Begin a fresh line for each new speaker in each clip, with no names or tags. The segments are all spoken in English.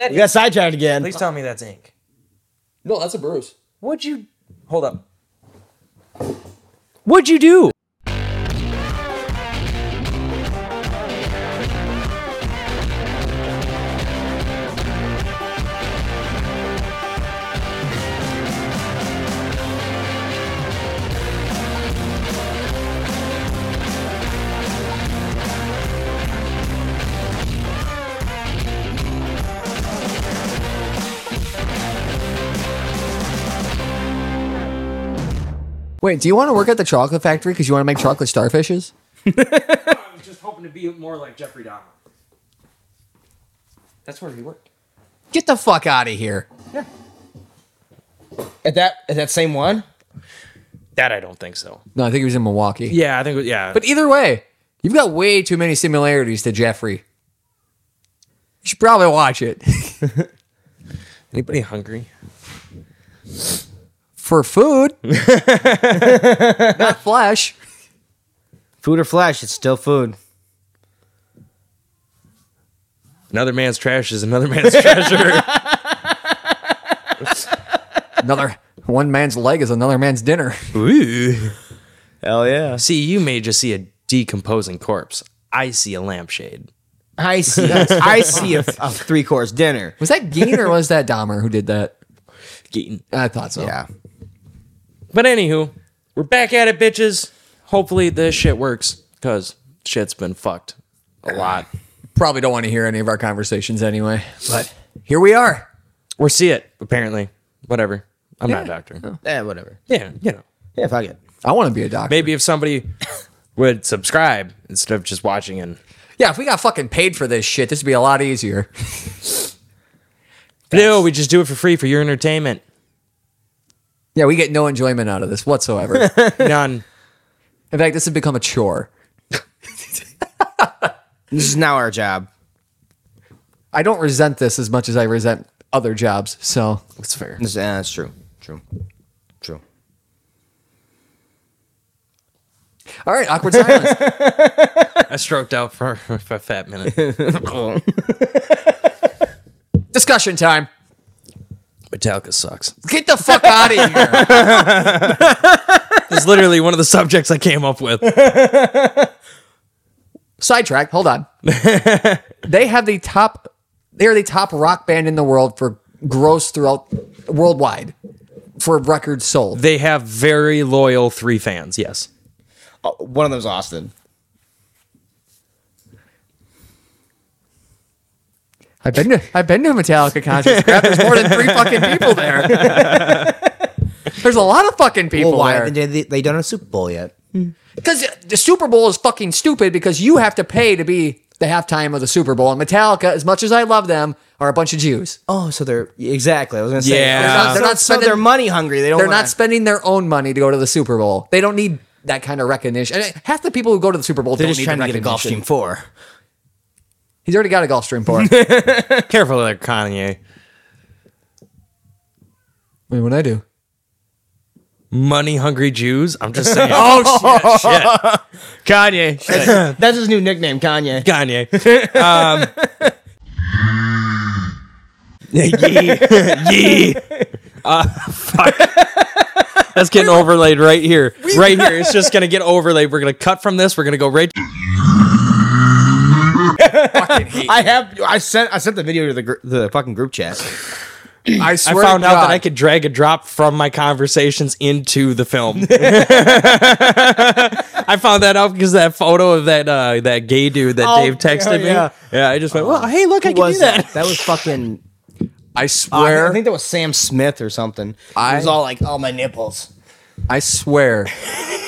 We got sidetracked again.
Please tell me that's ink.
No, that's a bruise.
What'd you hold up?
What'd you do?
Wait, do you want to work at the chocolate factory because you want to make chocolate starfishes?
I was just hoping to be more like Jeffrey Dahmer.
That's where he worked.
Get the fuck out of here.
At that at that same one?
That I don't think so.
No, I think he was in Milwaukee.
Yeah, I think yeah.
But either way, you've got way too many similarities to Jeffrey. You should probably watch it.
anybody hungry?
For food, not flesh.
Food or flesh, it's still food.
Another man's trash is another man's treasure.
Another one man's leg is another man's dinner.
Ooh.
Hell yeah.
See, you may just see a decomposing corpse. I see a lampshade.
I see I see a, a three course dinner.
Was that Gein or was that Dahmer who did that?
Keaton.
I thought so.
Yeah.
But anywho, we're back at it, bitches. Hopefully this shit works, cause shit's been fucked a lot.
Probably don't want to hear any of our conversations anyway. But here we are.
Or see it, apparently. Whatever. I'm not a doctor.
Eh, whatever.
Yeah, you know.
Yeah, fuck it.
I want to be a doctor.
Maybe if somebody would subscribe instead of just watching and
Yeah, if we got fucking paid for this shit, this would be a lot easier.
no, we just do it for free for your entertainment.
Yeah, we get no enjoyment out of this whatsoever. In
None.
fact, this has become a chore.
This is now our job.
I don't resent this as much as I resent other jobs. So
That's fair.
This- eh, that's true. True. True.
All right, awkward silence.
I stroked out for, for a fat minute.
Discussion time.
Metallica sucks.
Get the fuck out of here.
It's literally one of the subjects I came up with.
Sidetrack. Hold on. they have the top. They are the top rock band in the world for gross throughout worldwide for records sold.
They have very loyal three fans, yes.
Oh, one of them's Austin.
I've been to I've been to a Metallica concert. Crap, there's more than three fucking people there. There's a lot of fucking people
Well, why
there.
haven't they, they done a Super Bowl yet?
Because the Super Bowl is fucking stupid because you have to pay to be the halftime of the Super Bowl. And Metallica, as much as I love them, are a bunch of Jews.
Oh, so they're exactly. I was gonna say.
Yeah.
they're not, they're not so they're
spending-
money hungry. They don't.
They're
wanna-
not spending their own money to go to the Super Bowl. They don't need that kind of recognition. And half the people who go to the Super Bowl
They're
don't
just
need
trying
the
to get a golf
recognition.
team four.
He's already got a Gulfstream for it.
Careful there, Kanye.
Wait, what I do?
Money hungry Jews? I'm just saying.
Oh shit!
Kanye. That's, that's his new nickname, Kanye.
Kanye. Um, yeah, yeah, yeah. Uh, fuck. That's getting overlaid right here. Right here. It's just going to get overlaid. We're going to cut from this. We're going to go right.
I have. I sent. I sent the video to the gr- the fucking group chat.
I
I
swear
found
to
out
God,
that I could drag and drop from my conversations into the film. I found that out because of that photo of that uh, that gay dude that
Oh,
Dave texted
yeah.
me. Yeah, I just went, well, hey, look, I
Who
can do that.
That was fucking. uh,
I
I,
swear.
think that was Sam Smith or something. I
I-
was all like, "Oh my nipples."
I swear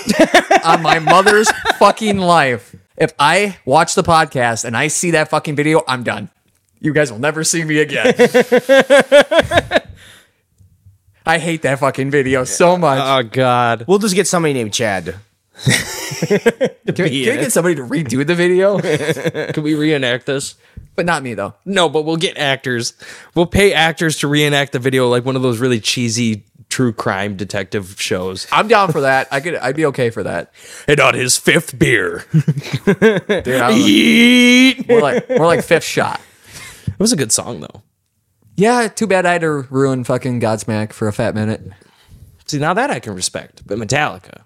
on my mother's fucking life. If I watch the podcast and I see that fucking video, I'm done. You guys will never see me again. I hate that fucking video so much.
Uh,
Oh God!
We'll just get somebody named Chad.
can, we, can we get somebody to redo the video?
Can we reenact this?
but not me though.
No, but we'll get actors. We'll pay actors to reenact the video, like one of those really cheesy true crime detective shows.
I'm down for that. I could. I'd be okay for that.
And on his fifth beer,
Dude, I don't know.
Yeet.
More like more like fifth shot.
it was a good song though.
Yeah, too bad I had to ruin fucking Godsmack for a fat minute.
See, now that I can respect, but Metallica.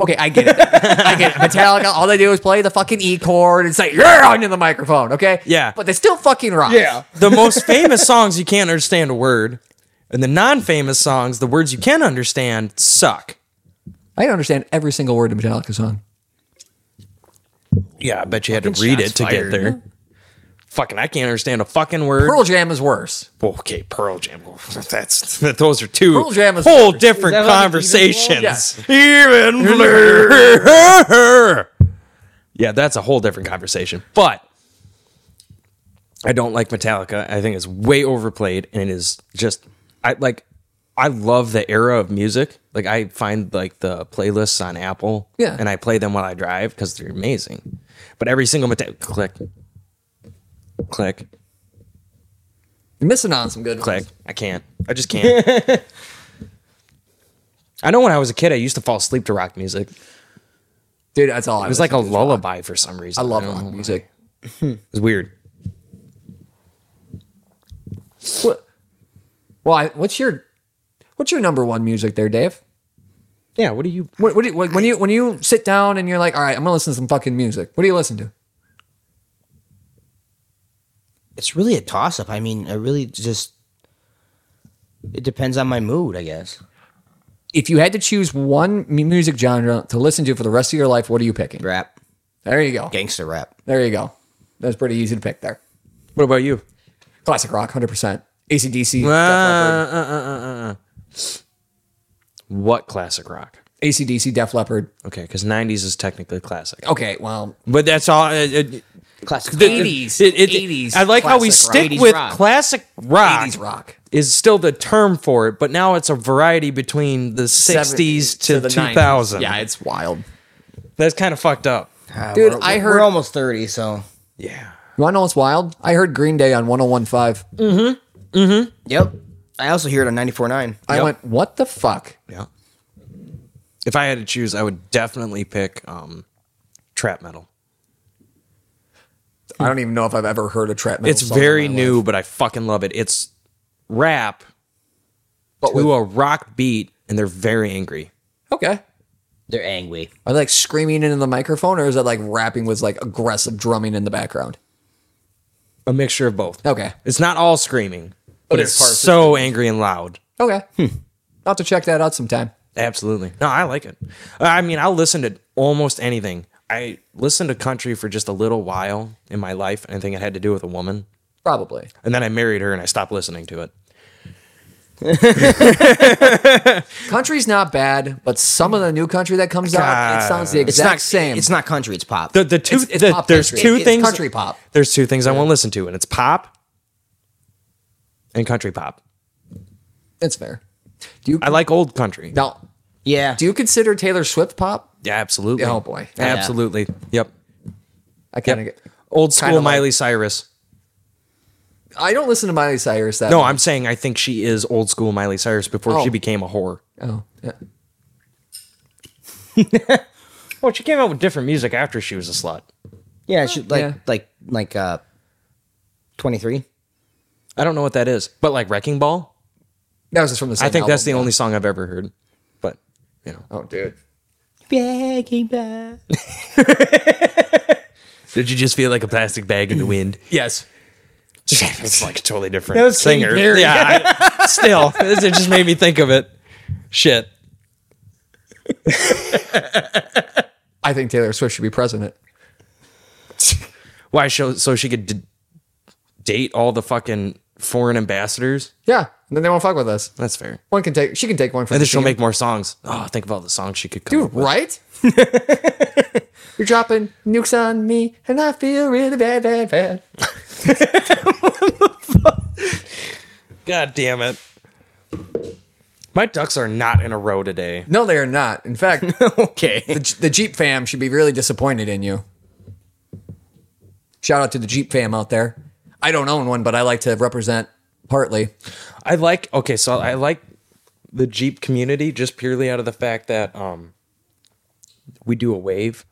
Okay, I get it. I get it. Metallica, all they do is play the fucking E chord and say, yeah, into the microphone, okay?
Yeah.
But they still fucking rock.
The most famous songs you can't understand a word, and the non-famous songs, the words you can understand suck.
I understand every single word of Metallica song.
Yeah, I bet you had to read it to get there. Fucking, I can't understand a fucking word.
Pearl Jam is worse.
okay, Pearl Jam. That's those are two
Pearl Jam is
whole
better.
different
Is that like an even
conversations. Even blur. yeah, that's a whole different conversation. But I don't like Metallica. I think it's way overplayed, and it is just I like. I love the era of music. Like I find like the playlists on Apple,
Yeah.
and I play them while I drive because they're amazing. But every single Metallica click, click,
You're missing on some good
click.
ones.
I can't. I just can't. I know when I was a kid, I used to fall asleep to rock music. It
Dude, that's all I
was like a lullaby for some reason.
I love
don't know
rock
why.
music.
It was weird.
What, well, I, what's your what's your number one music there, Dave?
Yeah. What do you?
What, what do you, what, when you when you sit down and you're like, all right, I'm gonna listen to some fucking music. What do you listen to?
It's really a toss up. I mean, I really just. It depends on my mood, I guess.
If you had to choose one mu- music genre to listen to for the rest of your life, what are you picking?
Rap,
There you go.
gangster rap.
There you go. That's pretty easy to pick there.
What about you?
Classic rock, 100%. ACDC,
Uh, uh,
Def Leppard.
uh, uh, uh, uh. What classic rock?
ACDC, Def Leppard.
Okay, because '90s is technically classic.
Okay, well,
But that's all. uh, It, it,
Classic.
the-
rap.
80s,
it- it-
80s
I like how we
classic rock.
stick
80s
with
rock.
classic rock.
80s rock.
is still the term for it, but now it's a variety between the 60s to,
the
2000.
90s. Yeah, it's wild.
That's kind of fucked up.
Ah,
Dude,
we're-
I
we're-
heard-
we're almost thirty, so
Yeah.
You want to know what's wild? I heard Green Day on 1015.
yep. I also hear it on 94.9.
I
Yep.
went, what the fuck?
Yeah. If I had to choose, I would definitely pick um, trap metal.
I don't even know if I've ever heard a trap metal
It's
song in
very
my
new,
life.
but I fucking love it. It's rap
But
to
with-
a rock beat, and they're very angry.
Okay.
They're angry.
Are they like screaming into the microphone or is that like rapping with like aggressive drumming in the background?
A mixture of both.
Okay.
It's not all screaming, but,
there's
it's
parts of
so angry and loud.
Okay.
Hmm.
I'll have to check that out sometime.
Absolutely. No, I like it. I mean, I'll listen to almost anything. I listened to country for just a little while in my life, and I think it had to do with a woman.
Probably.
And then I married her and I stopped listening to it.
Country's not bad, but some of the new country that comes out, it sounds the
It's
exact
not
same.
It's not country. It's pop.
The the two
It's- it's
the-
pop
there's
country.
two
It's
things
country pop.
There's two things I won't listen to, and it's pop and country pop.
That's fair. Do you
I like old country.
now?
yeah.
Do you consider Taylor Swift pop?
Yeah, absolutely.
Oh, boy.
yeah.
Absolutely. Yep.
I kind of get.
Old school
Kinda like-
Miley Cyrus.
I don't listen to Miley Cyrus that.
No,
much.
I'm saying I think she is old school Miley Cyrus before
Oh.
she became a whore.
Oh, yeah.
Well, she came out with different music after she was a slut.
yeah, she, like
Yeah.
like like uh, twenty three.
I don't know what that is, but like Wrecking Ball,
that was just from the. Same
I think that's the
album.
only song I've ever heard. But you know,
Oh, dude.
did you just feel like a plastic bag in the wind?
Yes.
Mm. it's like a totally different
That was Katy
singer.
Perry.
Yeah, I- still, it just made me think of it. Shit.
I think Taylor Swift should be president.
Why show so she could d- date all the fucking foreign ambassadors?
Yeah, and then they won't fuck with us.
That's fair.
One can take. She can take one for
And
the
then she'll
team.
make more songs. Oh, think of all the songs she could come up
Dude,
with.
right? You're dropping nukes on me, and I feel really bad, bad, bad.
God damn it. My ducks are not in a row today.
No, they are not. In fact,
okay.
the, the Jeep fam should be really disappointed in you. Shout out to the Jeep fam out there. I don't own one, but I like to represent partly.
I like okay, so I like the Jeep community just purely out of the fact that um we do a wave.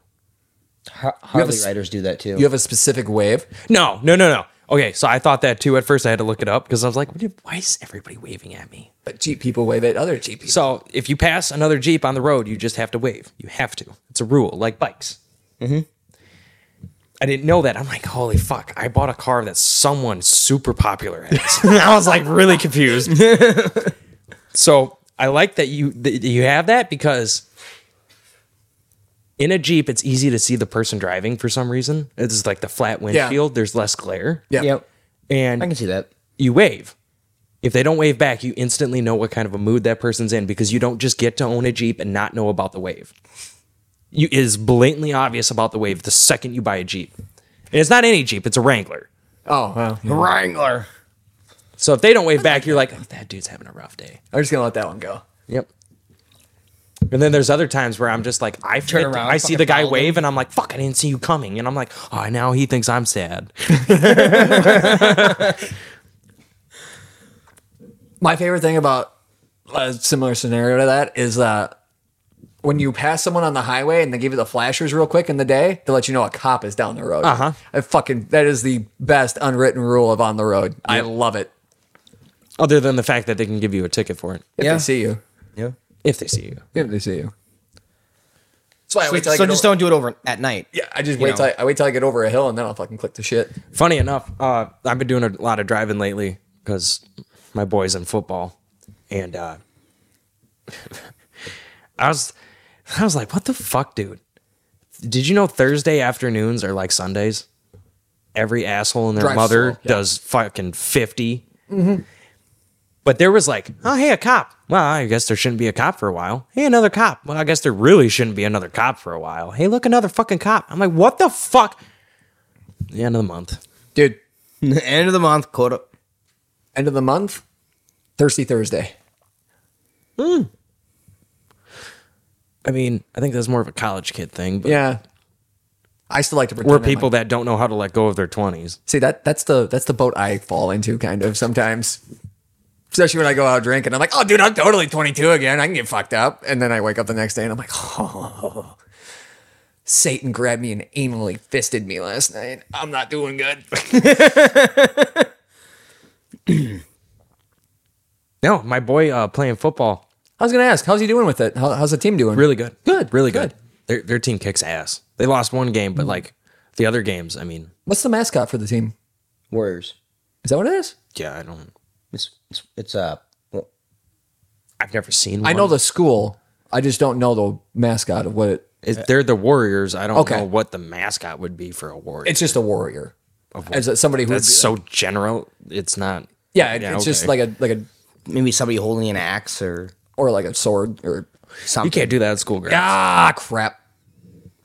Har-
have a
Harley
s-
riders do that too.
You have a specific wave.
No, no, no, no. Okay, so I thought that too at first. I had to look it up because I was like, "What do- why is everybody waving at me?
But Jeep people wave at other Jeep people.
So if you pass another Jeep on the road, you just have to wave. You have to. It's a rule, like bikes. Mm-hmm. I didn't know that. I'm like, holy fuck! I bought a car that someone super popular has. I was like, really confused. so I like that you that you have that because in a Jeep, it's easy to see the person driving for some reason. It's like the flat windshield. There's less glare.
Yeah.
Yep.
and
I can see that.
you wave. If they don't wave back, you instantly know what kind of a mood that person's in because you don't just get to own a Jeep and not know about the wave. You it is blatantly obvious about the wave the second you buy a Jeep. And it's not any Jeep, it's a Wrangler.
Oh, well. yeah.
Wrangler.
So if they don't wave back, you're like, oh, that dude's having a rough day.
I'm just going to let that one go.
Yep. And then there's other times where I'm just like, I turn
around,
I see
fucking
the guy
follow them.
wave, and I'm like, fuck, I didn't see you coming. And I'm like, oh, now he thinks I'm sad.
My favorite thing about a similar scenario to that is uh, when you pass someone on the highway and they give you the flashers real quick in the day to let you know a cop is down the road. Uh
Uh-huh.
I fucking, that is the best unwritten rule of on the road. I love it.
Other than the fact that they can give you a ticket for it
If
Yeah.
they see you.
Yeah.
if they see you.
If they see you. That's why I
So,
wait till I
so
get
just
over-
don't do it over at night.
Yeah, I just wait till I, I wait till I get over a hill and then I'll fucking click the shit.
Funny enough, uh, I've been doing a lot of driving lately because my boy's in football, and uh, I was, I was like, "What the fuck, dude? Did you know Thursday afternoons are like Sundays? Every asshole and their
Drive
mother
slow, yeah.
does fucking 50 But there was like, oh hey, a cop. Well, I guess there shouldn't be a cop for a while. Hey, another cop. Well, I guess there really shouldn't be another cop for a while. Hey, look, another fucking cop. I'm like, what the fuck? The end of the month.
Dude,
End of the month, quota.
end of the month, Thirsty Thursday.
I mean, I think that's more of a college kid thing, but
Yeah. I still like to pretend
we're
I'm like-
people that don't know how to let go of their 20s.
See that that's the that's the boat I fall into kind of sometimes. Especially when I go out drinking, I'm like, oh dude, I'm totally 22 again. I can get fucked up, and then I wake up the next day and I'm like, oh, Satan grabbed me and anally fisted me last night. I'm not doing good.
No, my boy uh, playing football,
I was gonna ask, how's he doing with it? How, how's the team doing?
really good.
Good,
Really
good.
good. Mm. Their, their team kicks ass. They lost one game, but like the other games, I mean,
What's the mascot for the team?
Warriors.
Is that what it is?
yeah, I don't,
It's it's, it's uh. well,
I've never seen
I
one.
know the school. I just don't know the mascot of what it.
It- they're the Warriors. I don't
Okay.
know what the mascot would be for a Warrior.
It's just a warrior. As a, somebody who
that's so general. It's not.
yeah, it- it's just like
okay.
a like a
Maybe somebody holding an axe or
or like a sword or
You
something.
can't do that at school, grades.
ah crap,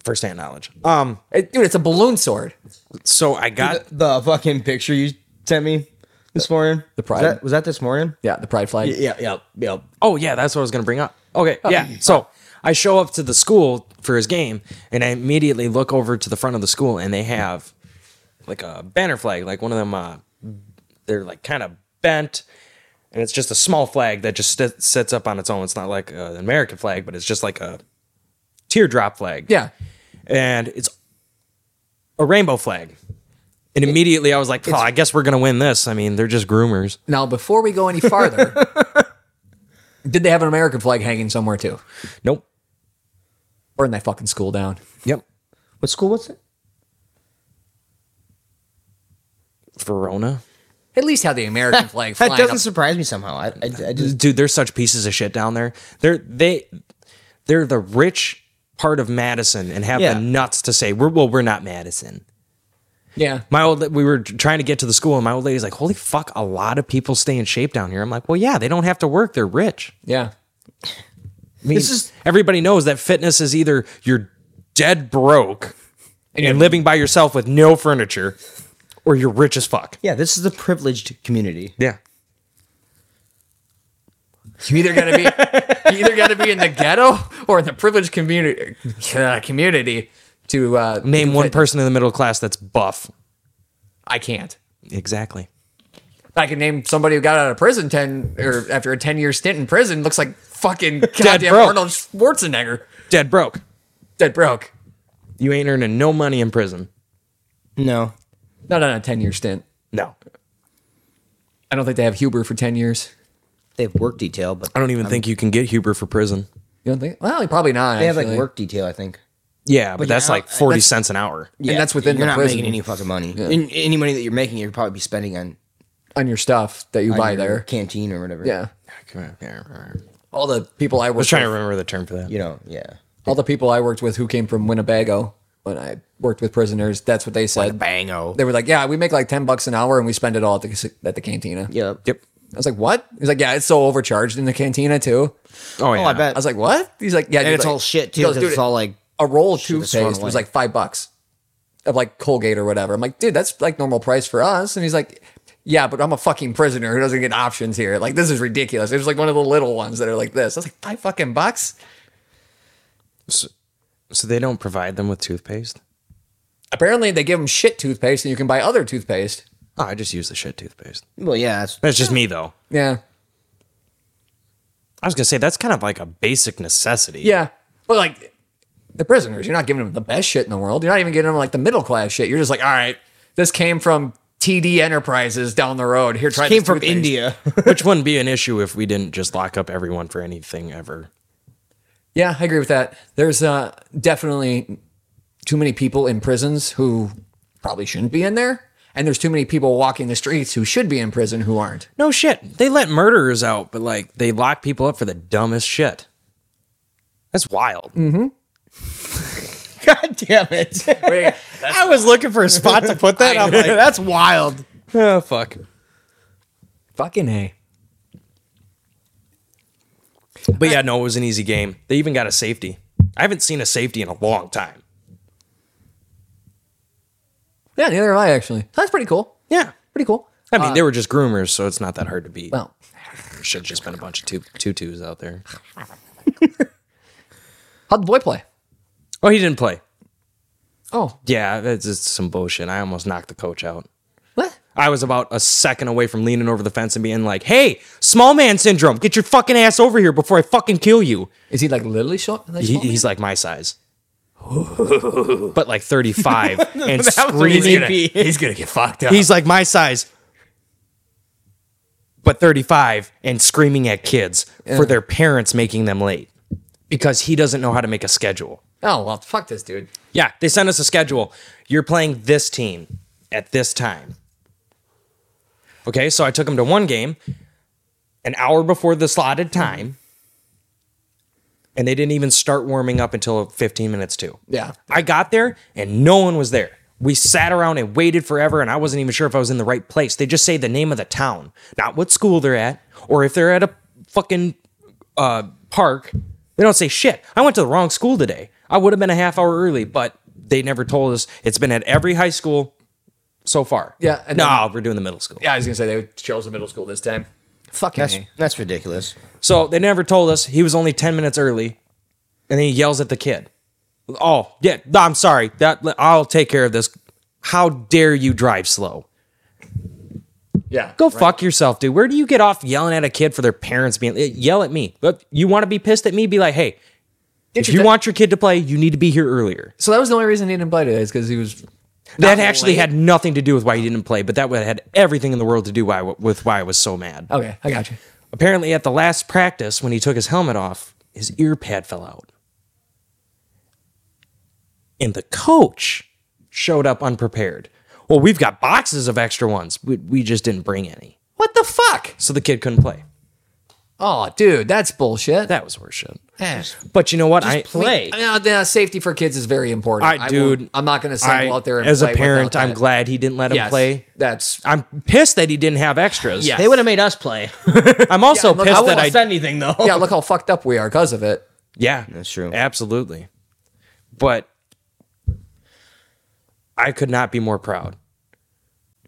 First hand knowledge. Um,
It- dude. It's a balloon sword.
so I got
the fucking picture you sent me this morning. The
pride.
was that, was that this morning?
Yeah, the pride flag.
Yeah, yeah, yeah.
Oh yeah, that's what I was gonna bring up. Okay, yeah. So I show up to the school for his game, and I immediately look over to the front of the school, and they have like a banner flag, like one of them. Uh, they're like kind of bent, and it's just a small flag that just st- sets up on its own. It's not like uh, an American flag, but it's just like a teardrop flag.
Yeah.
and it's a rainbow flag. And immediately I was like, oh, I guess we're gonna win this. I mean, they're just groomers.
Now, before we go any farther, did they have an American flag hanging somewhere too?
Nope.
Burn that fucking school down.
Yep.
What school was it?
Verona.
At least have the American flag
That
flying
doesn't
up.
surprise me somehow. I, I, I just
dude, they're such pieces of shit down there. They're they they're the rich part of Madison and have
Yeah.
the nuts to say, we're well, we're not Madison.
Yeah,
My old we were trying to get to the school and my old lady's like, Holy fuck, a lot of people stay in shape down here. I'm like, Well, yeah, they don't have to work, they're rich.
yeah.
I mean,
This is-
everybody knows that fitness is either you're dead broke and,
you're-
living by yourself with no furniture, or you're rich as fuck.
yeah. This is a privileged community.
Yeah.
You either gotta be, you either gotta be in the ghetto or in the privileged community uh, community to uh,
Name one
fit-
person in the middle class that's buff.
I can't.
Exactly.
I can name somebody who got out of prison ten or after a ten year stint in prison looks like fucking goddamn
broke.
Arnold Schwarzenegger.
Dead broke.
Dead broke.
You ain't earning no money in prison.
No,
Not on a ten year stint.
No.
I don't think they have Huber for 10 years.
They have work detail, but
I don't even think you can get Huber for prison.
You don't think? Well, probably not.
they have like
actually.
work detail. I think.
Yeah, but
yeah,
that's
I
like
don't-
40
that's-
cents an hour.
And that's within
you're
the
not
prison.
making any fucking money. And any money that you're making, you'd probably be spending on,
on your stuff that you
on
buy
your
there.
canteen or whatever.
Yeah.
Come on, yeah, all right. I
All the people I
was
worked
trying to
with,
remember the term for that.
you know, yeah.
all the people I worked with who came from Winnebago when I worked with prisoners, that's what they said.
Bango.
They were like, "Yeah, we make like 10 bucks an hour and we spend it all at the at the cantina."
Yep.
Yep.
I was like, "What?" He's like, "Yeah, it's so overcharged in the cantina too."
Oh, yeah.
Oh, I bet.
I was like, "What?" He's like, "Yeah,
and
dude,
it's
like-
all shit too.
he goes,
'cause
"Dude,
it's all like
a roll of
Should've thrown
toothpaste
away.
was like five bucks of like Colgate or whatever. I'm like, dude, that's like normal price for us. And he's like, yeah, but I'm a fucking prisoner who doesn't get options here. Like, this is ridiculous. It was like one of the little ones that are like this. I was like, five fucking bucks?
So they don't provide them with toothpaste?
Apparently, they give them shit toothpaste and you can buy other toothpaste.
Oh, I just use the shit toothpaste.
well, yeah. That's,
That's just me, though.
Yeah.
I was going to say, that's kind of like a basic necessity.
Yeah. But like, the prisoners, you're not giving them the best shit in the world. You're not even giving them like the middle class shit. You're just like, all right, this came from TD Enterprises down the road. Here, try
came
this
from
toothpaste.
India.
Which wouldn't be an issue if we didn't just lock up everyone for anything ever.
Yeah, I agree with that. There's uh, definitely too many people in prisons who probably shouldn't be in there. And there's too many people walking the streets who should be in prison who aren't.
No shit. They let murderers out, but like they lock people up for the dumbest shit. That's wild.
God damn it!
I was looking for a spot to put that. I'm like,
that's wild.
oh, fuck.
Fucking A.
But yeah, no, it was an easy game. They even got a safety. I haven't seen a safety in a long time.
Yeah, neither am I, actually. That's pretty cool.
Yeah. Uh,
Pretty cool.
I mean, they were just groomers, so it's not that hard to beat.
Well,
There should have just been a bunch of two tutus out there.
how'd the boy play?
Oh, he didn't play.
Oh,
Yeah, that's just some bullshit. I almost knocked the coach out.
what?
I was about a second away from leaning over the fence and being like, "Hey, small man syndrome, get your fucking ass over here before I fucking kill you."
Is he like literally short? Like,
He,
small?
he's like my size, but like 35 and
He's
screaming.
gonna-
he's gonna get fucked up.
He's like my size, but 35 and screaming at kids for their parents making them late because he doesn't know how to make a schedule.
oh well, fuck this dude.
Yeah, they sent us a schedule. You're playing this team at this time. Okay, so I took him to one game an hour before the slotted time. And they didn't even start warming up until 15 minutes to.
Yeah.
I got there and no one was there. We sat around and waited forever, and I wasn't even sure if I was in the right place. They just say the name of the town, not what school they're at, or if they're at a fucking uh, park. They don't say shit. I went to the wrong school today. I would have been a half hour early, but they never told us. It's been at every high school so far.
Yeah, and
no,
then-
we're doing the middle school.
Yeah, I was gonna say they chose the middle school this time. Fucking
That's
A.
that's ridiculous.
So they never told us. He was only 10 minutes early. And then he yells at the kid. Oh, yeah, no, I'm sorry. That I'll take care of this. How dare you drive slow?
Yeah.
Go fuck yourself, dude. Where do you get off yelling at a kid for their parents being eh, yell at me? Look, you want to be pissed at me? Be like, hey, if
your
you
da-
want your kid to play, you need to be here earlier.
So that was the only reason he didn't play today is because he was.
that actually had nothing to do with why he didn't play, but that would had everything in the world to do why, with why I was so mad.
Okay, I got you.
Apparently, at the last practice, when he took his helmet off, his ear pad fell out. And the coach showed up unprepared. Well, we've got boxes of extra ones. We, we just didn't bring any.
What the fuck?
So the kid couldn't play.
Oh, dude, that's bullshit.
That was worse shit.
Eh.
But you know what? I
play.
I mean, uh, the safety for kids is very important.
I, dude,
won't- I'm not going to single
I-
out there and
as
play
a
without
parent. I'm
that.
glad he didn't let him
Yes,
play.
That's
I'm pissed that he didn't have extras.
Yeah.
They would have made us play.
I'm also
Yeah, look, I
pissed
I
that
wouldn't
I
have said anything though.
yeah. Look how fucked up we are because of it.
Yeah,
That's true.
Absolutely. But I could not be more proud.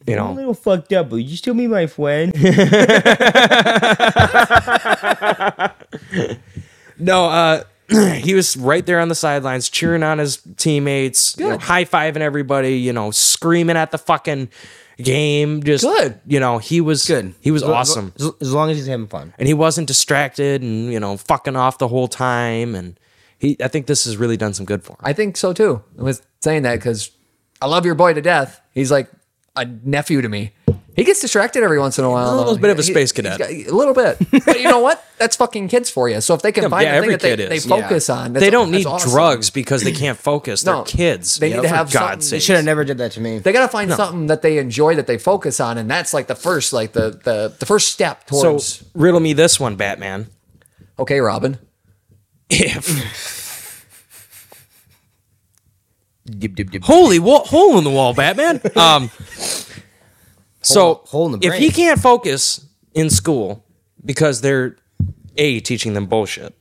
You
Mm-hmm.
know,
little fucked up, but you still be my friend.
no, uh, he was right there on the sidelines cheering on his teammates, you know,
Good.
high fiving everybody, you know, screaming at the fucking game. Just
Good.
you know, he was
Good.
He was
As lo-
awesome.
As, as long as he's having fun.
and he wasn't distracted and you know fucking off the whole time and he i think this has really done some good for him
I think so too. I was saying that because I love your boy to death. He's like, a nephew to me. He gets distracted every once in a while.
A little
though.
bit of a
He-
space
he's
cadet.
got- a little bit, but you know what? That's fucking kids for you. So if they can find a
yeah,
thing
every
that they,
kid
they
is.
focus on, that's-
they don't
that's
need
awesome.
drugs because they can't focus. They're
No,
kids.
they need to
for
have
God's
something-
They
sake.
should have never did that to me.
They gotta find something that they enjoy that they focus on, and that's like the first, like the the the first step
So
towards.
riddle me this one, Batman.
okay, Robin.
If holy wa- hole in the wall, Batman. Um, so
hole in the
if he
brain.
can't focus in school because they're a teaching them bullshit.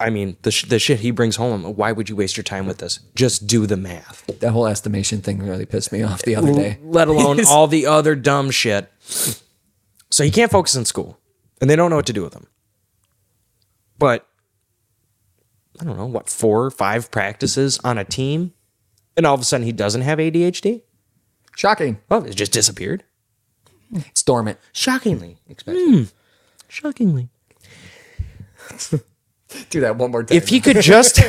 I mean, the, sh- the shit he brings home. Why would you waste your time with this? Just do the math.
That whole estimation thing really pissed me off the other day.
let alone all the other dumb shit. So he can't focus in school, and they don't know what to do with him. But I don't know what four or five practices on a team, and all of a sudden he doesn't have ADHD.
Shocking.
Well, it just disappeared.
It's dormant.
Shockingly expensive.
Hmm. Shockingly,
Do that one more time.
if he could just,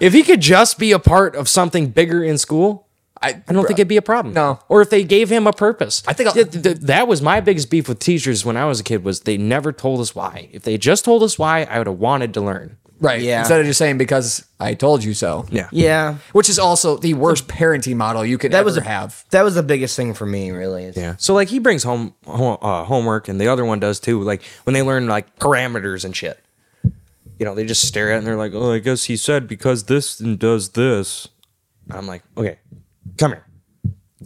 if he could just be a part of something bigger in school,
I,
I don't think it'd be a problem.
No.
Or if they gave him a purpose. I
think uh, I'll-
th- th- that was my biggest beef with teachers when I was a kid was they never told us why. If they just told us why, I would have wanted to learn.
right.
Yeah.
Instead of just saying because I told you so.
Yeah.
Which is also the worst parenting model you could
That
ever
was a,
have.
That was the biggest thing for me, really. is-
Yeah. So like he brings home ho- uh, homework and the other one does too. Like when they learn like parameters and shit. You know, they just stare at it and they're like, "Oh, I guess he said because this and does this." I'm like, "Okay. Come here.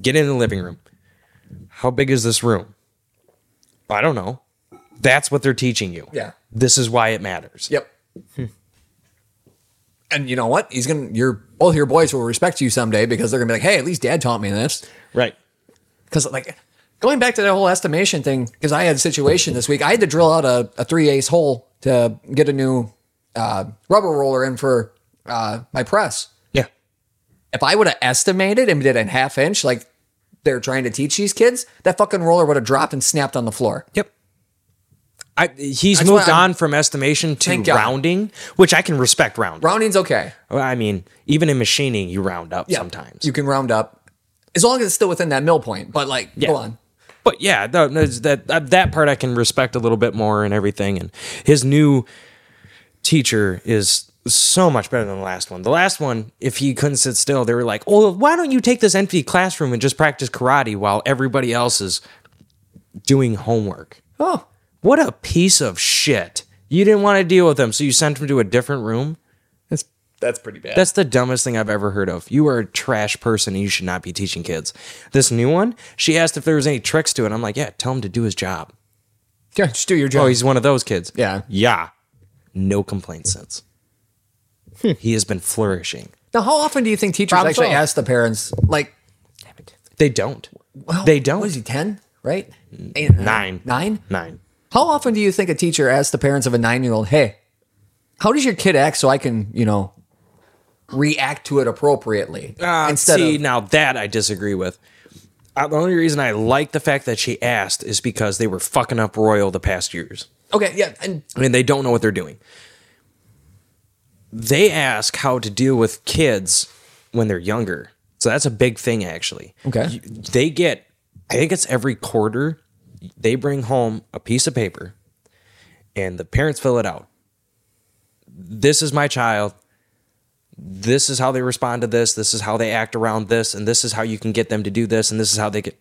Get in the living room. How big is this room?" I don't know. That's what they're teaching you.
Yeah.
This is why it matters.
Yep. Hmm. and you know what? He's gonna your both your boys will respect you someday because they're gonna be like, hey, at least dad taught me this.
Right.
Because like going back to that whole estimation thing, because I had a situation this week. I had to drill out a, a three ace hole to get a new uh, rubber roller in for uh, my press.
Yeah.
if I would have estimated and did a half inch like they're trying to teach these kids, that fucking roller would have dropped and snapped on the floor.
Yep. I, he's
That's
moved
what I'm-
on from estimation to
Thank God.
rounding, which I can respect rounding.
Rounding's okay.
Well, I mean, even in machining, you round up sometimes.
You can round up as long as it's still within that mill point. But like, go on.
but yeah, no, no, it's that that that part I can respect a little bit more and everything. And his new teacher is so much better than the last one. The last one, if he couldn't sit still, they were like, "Oh, why don't you take this empty classroom and just practice karate while everybody else is doing homework?"
Oh,
What a piece of shit! You didn't want to deal with them, so you sent him to a different room.
that's that's pretty bad.
That's the dumbest thing I've ever heard of. You are a trash person and you should not be teaching kids. This new one, she asked if there was any tricks to it. I'm like, yeah, tell him to do his job.
yeah, just do your job.
Oh, he's one of those kids.
Yeah.
Yeah. No complaints since.
Hmm.
he has been flourishing.
now, how often do you think teachers
Problem
actually
solved.
ask the parents like?
They don't.
well,
they don't. Mm,
What is he ten? Right? Eight,
Nine.
Nine.
Nine.
How often do you think a teacher asks the parents of a nine-year-old, "Hey, how does your kid act so I can, you know, react to it appropriately?"
Uh, see, now that I disagree with. Uh, the only reason I like the fact that she asked is because they were fucking up Royal the past years.
Okay, yeah, and
I mean, they don't know what they're doing. They ask how to deal with kids when they're younger. So that's a big thing, actually.
Okay.
You- They get, I think it's every quarter, they bring home a piece of paper and the parents fill it out. This is my child. This is how they respond to this. This is how they act around this. And this is how you can get them to do this. And this is how they get.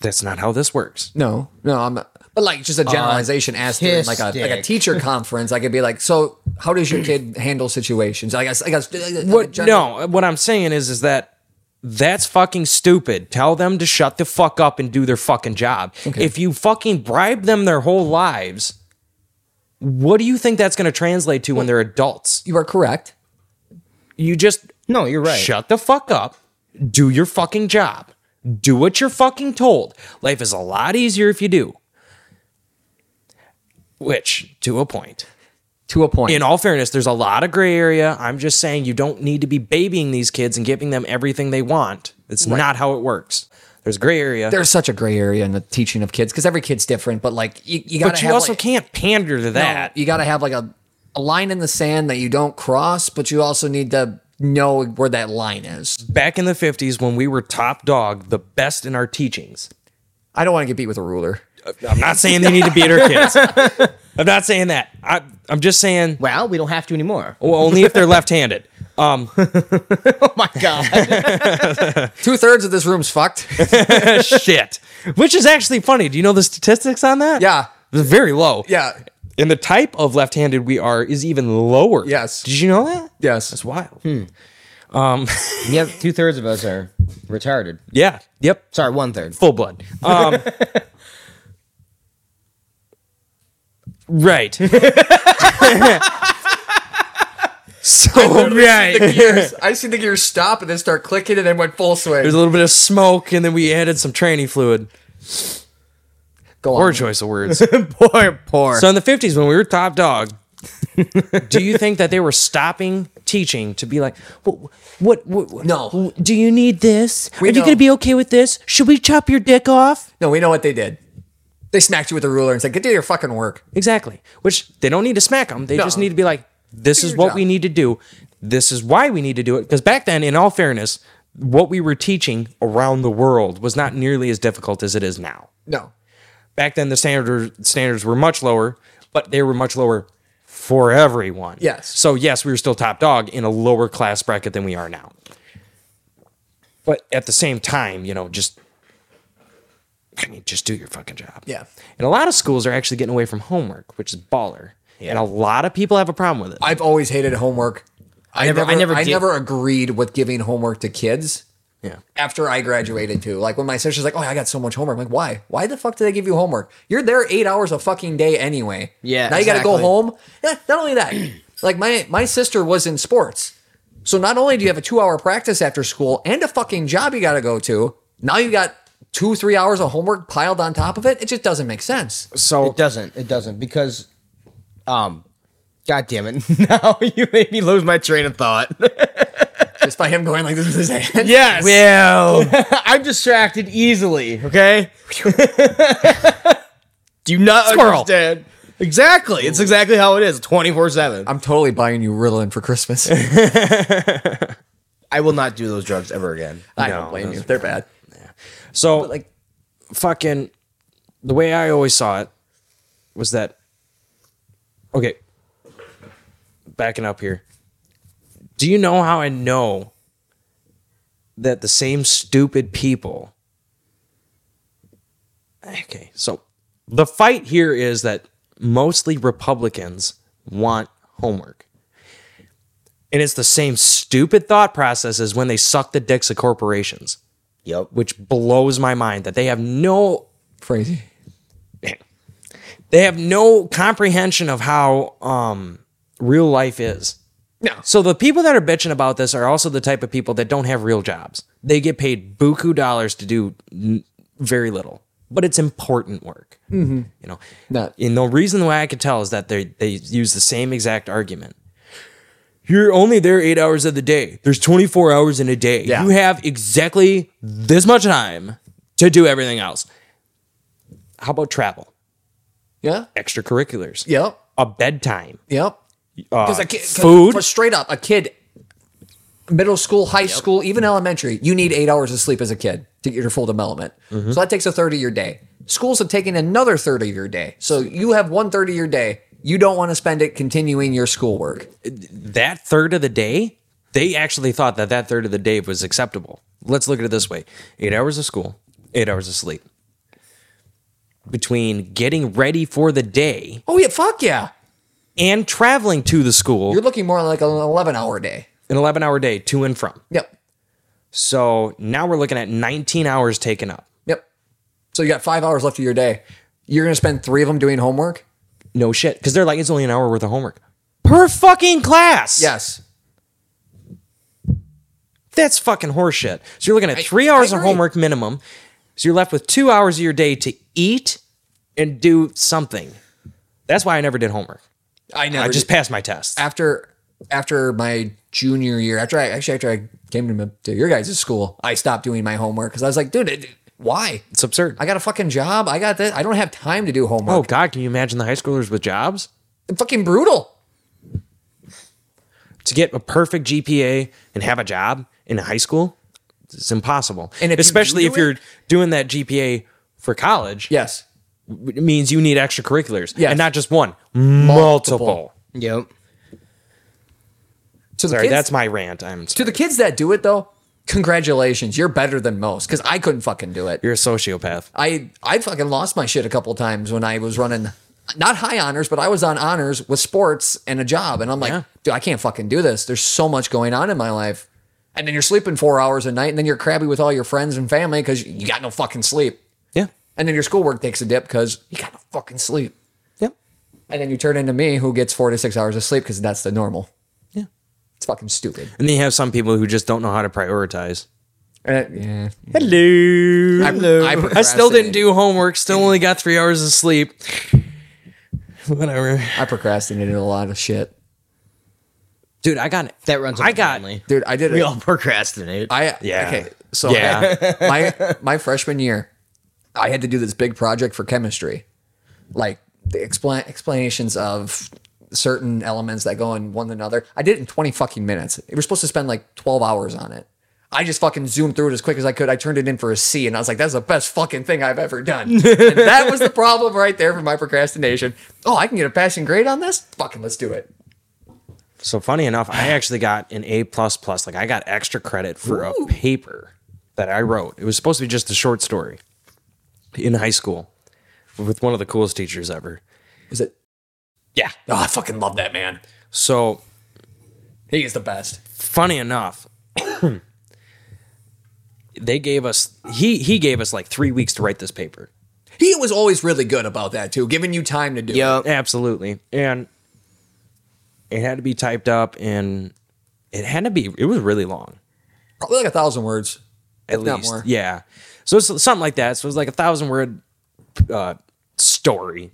That's not how this works.
no, no, I'm not. But like just a
Uh,
generalization asked in
kiss
like a like a
dick.
teacher conference, I could be like, so how does your kid handle situations? I guess I guess uh, like a
What?
general-
No, uh, what I'm saying is, is that that's fucking stupid. Tell them to shut the fuck up and do their fucking job. If you fucking bribe them their whole lives, what do you think that's going to translate to when they're adults?
you are correct.
You just
No, you're right.
shut the fuck up, do your fucking job, do what you're fucking told. Life is a lot easier if you do. Which, to a point
To a point.
in all fairness, there's a lot of gray area. I'm just saying you don't need to be babying these kids and giving them everything they want. It's not how it works. There's gray area.
There's such a gray area in the teaching of kids because every kid's different, but like you, you gotta
but
have
you also
like,
can't pander to that.
you gotta have like a, a line in the sand that you don't cross, but you also need to know where that line is.
Back in the 50s, when we were top dog, the best in our teachings.
I don't want to get beat with a ruler.
I'm not saying they need to beat our kids. I'm not saying that. I, I'm just saying,
Well, we don't have to anymore.
well, only if they're left handed. Um,
Oh my god.
Two thirds of this room's fucked.
shit. Which is actually funny. Do you know the statistics on that?
Yeah.
It's very low.
Yeah.
And the type of left handed we are is even lower.
Yes.
Did you know that?
Yes.
That's wild.
yeah, two thirds of us are retarded.
Yeah. Yep.
Sorry, one third.
full blood. Um, right. so right.
The gears. I see the gears stop and then start clicking and then went full
There's a
swing.
little bit of smoke, and then we added some training fluid.
Go
Poor
on.
choice of words.
Poor, poor.
so in the 50s, when we were top dog, do you think that they were stopping teaching to be like, what, what, what, what-
No.
Do you need this?
We
Are you
know.
going to be okay with this? Should we chop your dick off?
No, we know what they did. They smacked you with a ruler and said, "Get to your fucking work."
Exactly. Which they don't need to smack them. They
No.
just need to be like, this
Do
is
your
what
job.
we need to do. This is why we need to do it. Because back then, in all fairness, what we were teaching around the world was not nearly as difficult as it is now.
No.
Back then, the standard, standards were much lower, but they were much lower for everyone.
Yes.
So, yes, we were still top dog in a lower class bracket than we are now. But at the same time, you know, just, I mean, just do your fucking job.
Yeah.
And a lot of schools are actually getting away from homework, which is baller. And a lot of people have a problem with it.
I've always hated homework. I
never-
never,
I
I never,
never
I
did.
never agreed with giving homework to kids.
Yeah.
After I graduated too, like when my sister's like, "Oh, I got so much homework." I'm like, why? Why the fuck do they give you homework? You're there eight hours a fucking day anyway.
Yeah,
Now you got to go
exactly.
home. Yeah, Not only that, like my my sister was in sports, so not only do you have a two hour practice after school and a fucking job you got to go to, now you got two three hours of homework piled on top of it. It just doesn't make sense.
So
It doesn't. It doesn't because, um, god damn it! Now you made me lose my train of thought.
Just by him going like this with his hand.
Yes. Oh.
well,
I'm distracted easily. Okay. Do you not
Squirrel.
understand. Exactly. It's exactly how it is. Twenty four seven.
I'm totally buying you Ritalin for Christmas.
I will not do those drugs ever again.
I
No,
don't blame
those
you. They're bad.
so
But,
like
like
fucking the way I always saw it was that okay. Backing up here. Do you know how I know that the same stupid people? Okay, so the fight here is that mostly Republicans want homework. And it's the same stupid thought process as when they suck the dicks of corporations
Yep.
which blows my mind that they have no
crazy.
they have no comprehension of how um real life is.
No.
So the people that are bitching about this are also the type of people that don't have real jobs. They get paid buku dollars to do n- very little, but it's important work. Mm-hmm. You know,
Not-
and the reason why I could tell is that they they use the same exact argument. You're only there eight hours of the day. There's 24 hours in a day.
Yeah.
You have exactly this much time to do everything else. How about travel?
Yeah.
Extracurriculars.
Yep.
A bedtime.
Yep. Because a kid, 'cause
Uh, food?
for straight up, a kid, middle school, high school, even elementary, you need eight hours of sleep as a kid to get your full development.
Mm-hmm.
So that takes a third of your day. Schools have taken another third of your day. So you have one third of your day. You don't want to spend it continuing your schoolwork.
that third of the day, they actually thought that that third of the day was acceptable. Let's look at it this way eight hours of school, eight hours of sleep. Between getting ready for the day
Oh yeah, fuck yeah.
and traveling to the school,
You're looking more like an eleven hour day.
an 11 hour day to and from.
Yep.
So now we're looking at 19 hours taken up.
Yep. So you got five hours left of your day. You're gonna spend three of them doing homework.
No shit. Because they're like, it's only an hour worth of homework per fucking class.
Yes.
That's fucking horseshit. So you're looking at three hours
I
of
agree.
homework minimum. So you're left with two hours of your day to eat and do something. That's why I never did homework.
I never.
I just passed my tests.
after after my junior year, after I actually after I came to, m- to your guys' school, I stopped doing my homework because I was like, dude, it, why?
It's absurd.
I got a fucking job. I got this. I don't have time to do
oh
homework.
God, can you imagine the high schoolers with jobs?
It's fucking brutal.
to get a perfect GPA and have a job in high school, it's impossible.
And if you
especially
do
if
do
you're doing that GPA for college,
Yes.
it means you need extracurriculars
Yes.
and not just one, multiple.
Yep.
So the
Sorry,
kids,
that's my rant. I'm
to the kids that do it though. Congratulations, you're better than most because I couldn't fucking do it.
you're a sociopath.
I I fucking lost my shit a couple times when I was running not high honors, but I was on honors with sports and a job, and I'm like,
Yeah.
dude, I can't fucking do this. There's so much going on in my life, and then you're sleeping four hours a night, and then you're crabby with all your friends and family because you got no fucking sleep,
Yeah.
and then your schoolwork takes a dip because you got no fucking sleep,
Yep.
and then you turn into me who gets four to six hours of sleep because that's the normal.
Yeah.
It's fucking stupid.
And then you have some people who just don't know how to prioritize.
Uh, yeah,
Hello.
I,
I still didn't
procrastinate.
do homework. Still only got three hours of sleep. Whatever,
I procrastinated a lot of shit,
dude. I got
That runs. in
I
my
got-
family.
dude. I did.
We all procrastinate.
I
Yeah.
Okay, so
So yeah,
my my freshman year, I had to do this big project for chemistry, like the explain explanations of certain elements that go in one another. I did it in twenty fucking minutes. We were supposed to spend like twelve hours on it. I just fucking zoomed through it as quick as I could. I turned it in for a C, and I was like, "That's the best fucking thing I've ever done." and that was the problem right there for my procrastination. Oh, I can get a passing grade on this. Fucking let's do it.
so funny enough, I actually got an A plus plus. Like I got extra credit for a paper that I wrote. It was supposed to be just a short story in high school with one of the coolest teachers ever.
Was it?
Yeah.
Oh, I fucking love that man.
So
He is the best.
funny enough, they gave us he he gave us like three weeks to write this paper.
He was always really good about that too, giving you time to do. it.
Yep.
Absolutely. And it had to be typed up and it had to be it was really long.
probably like a thousand words.
At
if not
least.
more.
Yeah. So it's something like that. So it was like a thousand word uh, story.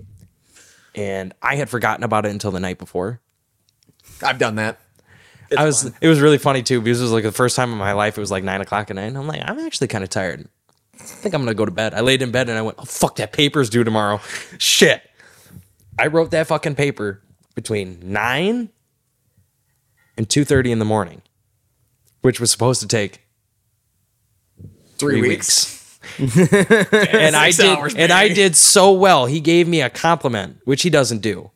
And I had forgotten about it until the night before.
I've done that.
I was it was really funny too because it was like the first time in my life it was like nine o'clock at night. And I'm like, I'm actually kind of tired. I think I'm gonna go to bed. I laid in bed and I went, Oh fuck, that paper's due tomorrow. Shit. I wrote that fucking paper between nine and two thirty in the morning, which was supposed to take
Three,
and I
Six
did
hours,
and I did so well. He gave me a compliment, which he doesn't do.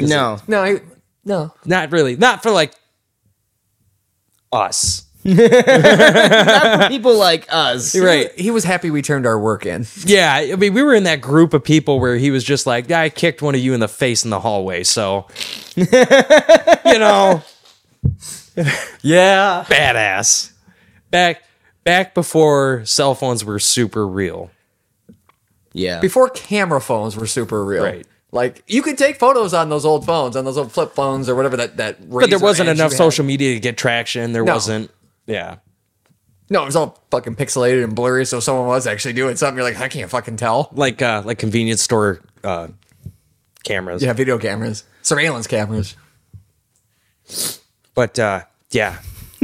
No.
No, I, no,
Not really. Not for like us.
People like us.
Right.
He was happy we turned our work in.
Yeah, I mean, we were in that group of people where he was just like, "I kicked one of you in the face in the hallway," so you know, yeah, badass. Back back before cell phones were super real,
Yeah.
Before camera phones were super real,
Right.
Like you could take photos on those old phones, on those old flip phones or whatever that that.
but there wasn't enough social media to get traction. There
No.
wasn't. Yeah,
No, it was all fucking pixelated and blurry. So if someone was actually doing something. You're like, I can't fucking tell.
like uh, like convenience store uh, cameras.
Yeah, video cameras, surveillance cameras.
but uh, yeah,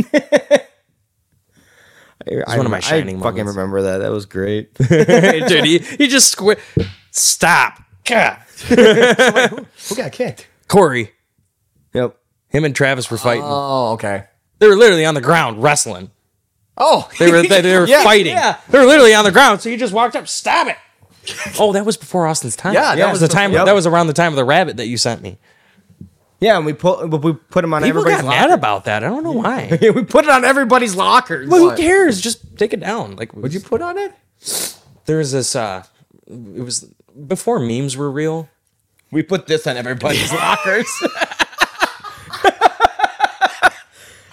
It's
one of my shining
I fucking
moments.
remember that. That was great.
dude, he, he just squid. Stop, God.
Who got kicked?
Corey.
yep.
Him and Travis were fighting.
Oh, okay.
They were literally on the ground wrestling.
Oh,
They were they, they were fighting.
yeah.
They were literally on the ground. So you just walked up, stab it. Oh, that was before Austin's time.
Yeah, that
that
was
was the time.
before-
That was around the time of the rabbit that you sent me.
Yeah, and we put we put him on
People
everybody's
got mad
locker.
about that. I don't know why.
we put it on everybody's lockers.
well,
What?
who cares? Just take it down. Like,
would you put on it?
There was this. uh It was before memes were real.
We put this on everybody's lockers.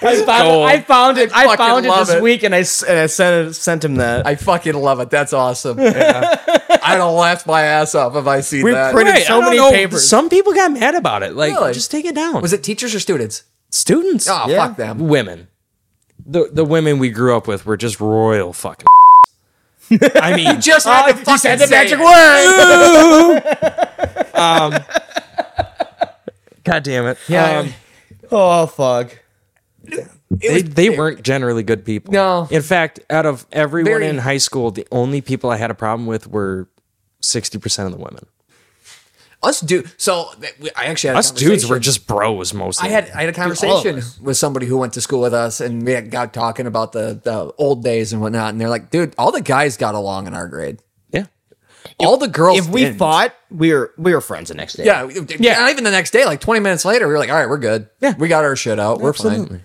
I found,
gold.
I found it. I,
fucking
found it
love
this
it.
week, and I s- and I sent it, sent him that.
I fucking love it. That's awesome. I'd have laughed my ass off if I see
We
that.
printed
Right, I
so
don't
many
know.
papers.
Some people got mad about it. Like,
Really?
just take it down.
Was it teachers or students?
students?
Oh,
Yeah.
fuck them.
women. The the women we grew up with were just royal fucking. I mean,
Just had to fucking
said the
say
magic
it.
word.
God damn it.
Yeah.
Um,
oh fuck!
they, they weren't generally good people.
No.
In fact, out of everyone
Very-
in high school, the only people I had a problem with were 60% of the women.
us do so. th- we- I actually had a
Us dudes were
conversation.
just bros mostly.
I had I had a
all of
conversation
us.
with somebody who went to school with us, and we had- got talking about the the old days and whatnot. And they're like, "Dude, all the guys got along in our grade.
yeah.
all the girls.
If we
didn't."
fought, we were we were friends the next day.
yeah, we-
Yeah.
Not even the next day. Like twenty minutes later, we were like, "All right, we're good.
Yeah.
we got our shit out. We're fine."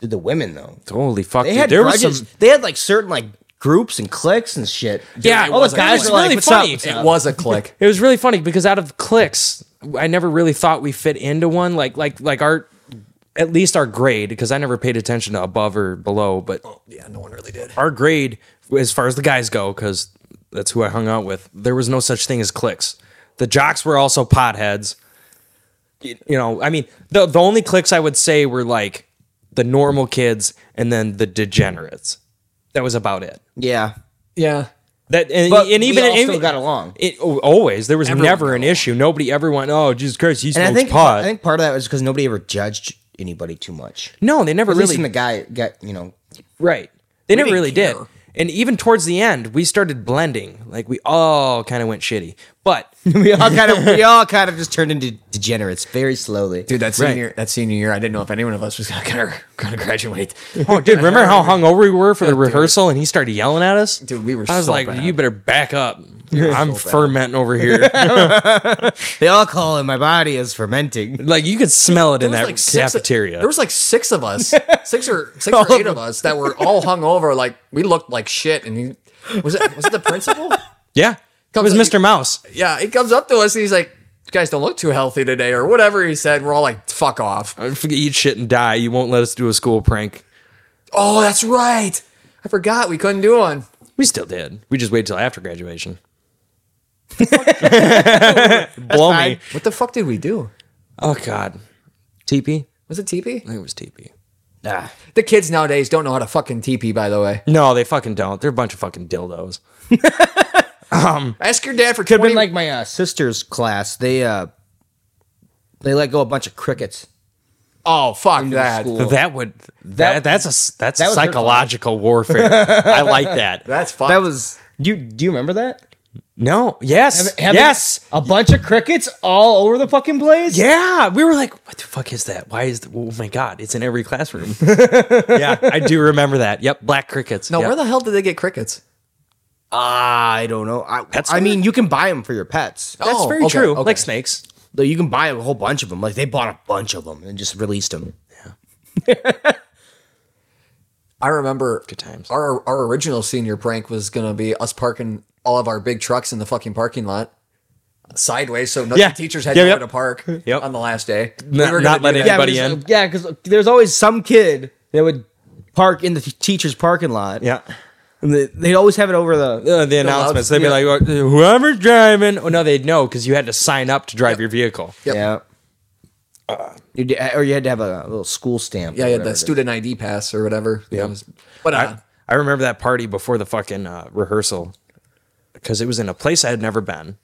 Dude, the women though,
Holy fuck.
they
dude.
had
there was
grudges.
some
They had like certain like groups and cliques and shit.
Yeah, it
all
was-
the
it
guys
was
are like,
really
"What's up,
funny.
what's
It
up?"
It was a click.
It was really funny because out of clicks, I never really thought we fit into one. Like like like our at least our grade because I never paid attention to above or below, but
yeah, no one really did.
our grade as far as the guys go because that's who I hung out with. There was no such thing as cliques. The jocks were also potheads. You you know, I mean, the the only cliques I would say were like the normal kids and then the degenerates. That was about it.
Yeah,
Yeah,
That and,
But
and
we
even
all
even-
still got along.
It, oh, always there was
Everyone
never
got
an
along.
issue. Nobody ever went. Oh, Jesus Christ, he
and
smokes
I think
pot.
I think part of that was because nobody ever judged anybody too much.
no, they never
At least
really
when the guy got you know
Right. They never
didn't
really did.
care.
And even towards the end, we started blending. Like we all kind of went shitty. But
we all kind of we all kind of just turned into degenerates very slowly.
dude, that
Right.
senior that senior year, I didn't know if anyone of us was gonna gonna, gonna graduate.
oh, dude, remember how hungover we were for the rehearsal, and he started yelling at us.
Dude, we were
I was
so
like,
bad.
you better back up. I'm fermenting over here.
The alcohol in my body is fermenting.
like you could smell it in
There
that
was, like, six-
cafeteria.
there was like six of us, six or six or eight of us that were all hung over. Like we looked like shit. And he was it was it the principal?
yeah, it
Comes like-
was Mr. Mouse.
Yeah, he comes up to us and he's like, "You guys don't look too healthy today," or whatever he said. We're all like, "Fuck off!"
If you "Uh, eat shit and die, you won't let us do a school prank.
Oh, that's right. I forgot we couldn't do one.
We still did. We just waited till after graduation. Blow me.
fine.
What the fuck did we do?
Oh God, TP.
Was it TP?
I think it was TP.
Ah,
The kids nowadays don't know how to fucking TP. By the way,
No, they fucking don't. They're a bunch of fucking dildos.
ask your dad for
could have
twenty.
been like my uh, sister's class. They uh they let go a bunch of crickets.
oh fuck
the
that.
school.
That would that, that's a s- that's
that was her
psychological warfare. I like that.
That's fucked.
That was you. Do you remember that?
No, yes,
Having
yes,
a bunch of crickets all over the fucking place.
yeah. We were like, what the fuck is that? Why is the, oh my god? It's in every classroom. yeah, I do remember that. Yep, black crickets.
no.
Yep.
Where the hell did they get crickets?
Ah, I don't know. I,
Pets
I
do
mean, you can buy them for your pets.
that's
Oh,
very
okay,
true.
okay.
Like snakes.
Though You can buy a whole bunch of them. Like they bought a bunch of them and just released them.
I remember
Good times.
Our our original senior prank was gonna be us parking all of our big trucks in the fucking parking lot sideways, so none
Yeah.
of the teachers had
Yep,
nowhere
yep.
to park
Yep.
on the last day.
Not-
gonna
not
do
letting
that.
anybody
because- uh,
in.
Yeah, because there's always some kid that would park in the teacher's parking lot.
Yeah.
And they, they'd always have it over the.
Uh, the announcements. They'd be
yeah.
like, "Well, "Whoever's driving." Oh no, they'd know because you had to sign up to drive your vehicle.
Yep.
Yeah. You d- or you had to have a, little school stamp.
Yeah,
or
yeah,
whatever it
the
is.
student ID pass or whatever. Yeah, but uh,
I, I remember that party before the fucking uh, rehearsal because it was in a place I had never been.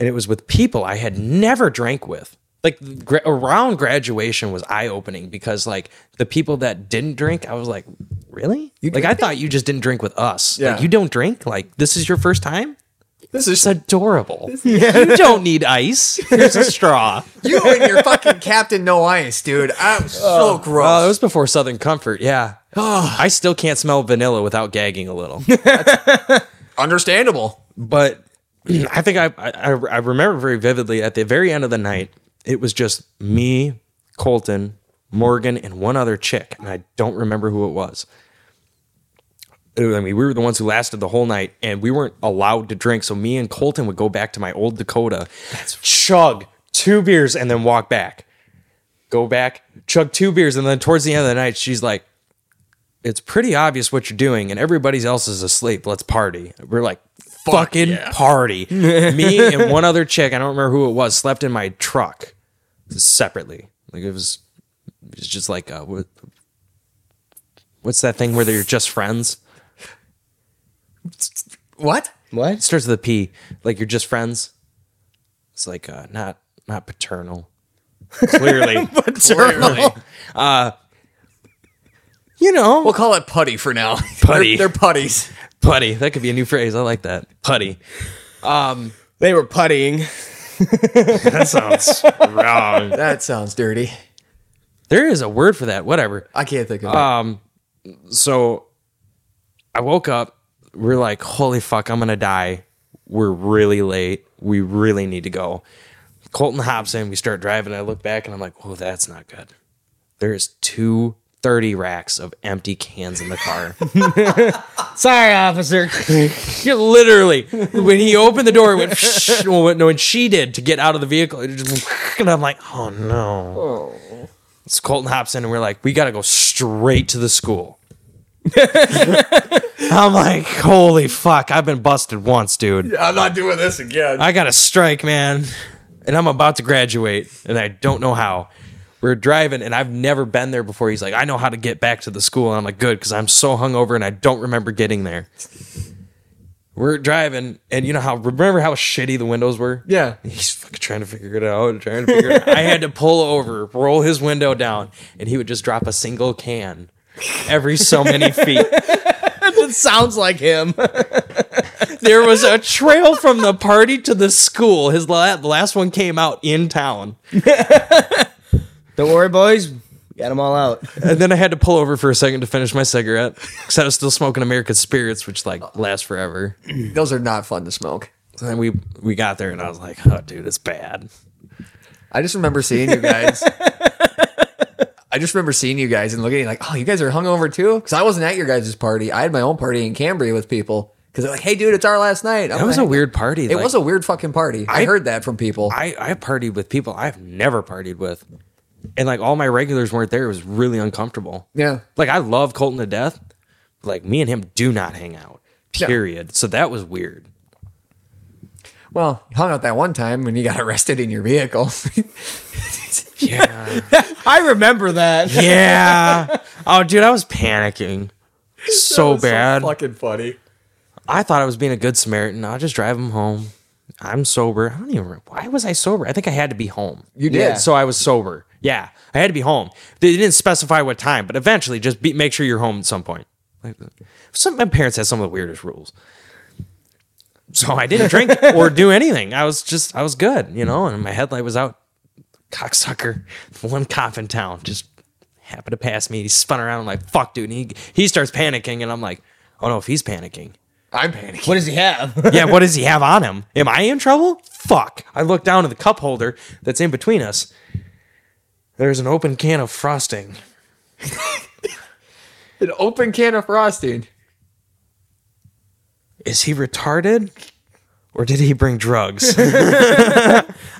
And it was with people I had never drank with. Like gra- around graduation was eye opening because like the people that didn't drink, I was like, really? like I thought you just didn't drink with us.
Yeah.
Like you don't drink. Like this is your first time.
this is
It's adorable. you don't need ice. Here's a straw.
you and your fucking Captain No Ice, dude. I'm so gross.
Oh, it was before Southern Comfort. Yeah.
Oh.
I still can't smell vanilla without gagging a little.
Understandable.
but I think I, I I remember very vividly at the very end of the night, it was just me, Colton, Morgan, and one other chick, and I don't remember who it was. It was- I mean, we were the ones who lasted the whole night, and we weren't allowed to drink. So me and Colton would go back to my old Dakota, chug two beers, and then walk back. Go back, chug two beers, and then towards the end of the night, she's like, it's pretty obvious what you're doing, and everybody else is asleep. Let's party. We're like, fucking party. Me and one other chick, I don't remember who it was, slept in my truck separately. Like it was, it was just like, uh, what, what's that thing where they're just friends?
What?
It
What?
starts with a P. Like you're just friends. It's like uh, not not paternal. Clearly,
Clearly.
you know,
We'll call it putty for now.
Putty.
they're, they're putties.
putty. That could be a new phrase. I like that putty. Um,
They were puttying.
That sounds wrong.
That sounds dirty.
There is a word for that. Whatever.
I can't think of
Uh, so I woke up. We're like, holy fuck, I'm gonna die. We're really late. We really need to go. Colton hops in. We start driving. I look back and I'm like, oh, that's not good. There's two 30 racks of empty cans in the car.
Sorry, officer.
Yeah, literally. When he opened the door, it went, psh, well, when- no, when she did to get out of the vehicle, it just, and I'm like, oh no. So Colton hops in and we're like, we got to go straight to the school. I'm like, holy fuck, I've been busted once, dude.
it. I'm not doing this again.
I got a strike, man. And I'm about to graduate, and I don't know how. We're driving, and I've never been there before. He's like, I know how to get back to the school. And I'm like, good, because I'm so hungover and I don't remember getting there. We're driving, and you know how, remember how shitty the windows were?
yeah.
He's fucking trying to figure it out, trying to figure it out. I had to pull over, roll his window down, and he would just drop a single can every so many feet.
it sounds like him.
there was a trail from the party to the school. His la- the last one came out in town.
Don't worry, boys. Got them all out.
And then I had to pull over for a second to finish my cigarette because I was still smoking American Spirits, which like lasts forever.
Those are not fun to smoke.
So then we we got there, and I was like, "Oh, dude, it's bad."
I just remember seeing you guys. I just remember seeing you guys and looking at you like, oh, you guys are hungover too? Because I wasn't at your guys' party. I had my own party in Cambria with people. Because they're like, hey, dude, it's our last night.
That was a weird party.
It was a weird fucking party. I,
I-
heard that from people.
I I partied with people I've never partied with, and like all my regulars weren't there. It was really uncomfortable.
yeah.
Like I love Colton to death. but, Like me and him do not hang out.
No.
Period. So that was weird.
Well, you hung out that one time when you got arrested in your vehicle.
Yeah.
I remember that.
yeah. Oh, dude, I was panicking so bad.
fucking funny.
I thought I was being a good Samaritan. I'll just drive him home. I'm sober. I don't even. re- Why was I sober? I think I had to be home.
You did.
Yeah.
So I was sober. Yeah, I had to be home. They didn't specify what time, but eventually, just be, make sure you're home at some point. Like, some my parents had some of the weirdest rules. So I didn't drink or do anything. I was just I was good, you know. And my headlight was out. Cocksucker, one cop in town just happened to pass me. He spun around. I'm like, "Fuck, dude!" And he he starts panicking, and I'm like, "Oh no, if he's panicking."
I'm panicking.
What does he have?
yeah, what does he have on him? Am I in trouble? Fuck. I look down at the cup holder that's in between us. There's an open can of frosting.
An open can of frosting.
Is he retarded? Or did he bring drugs?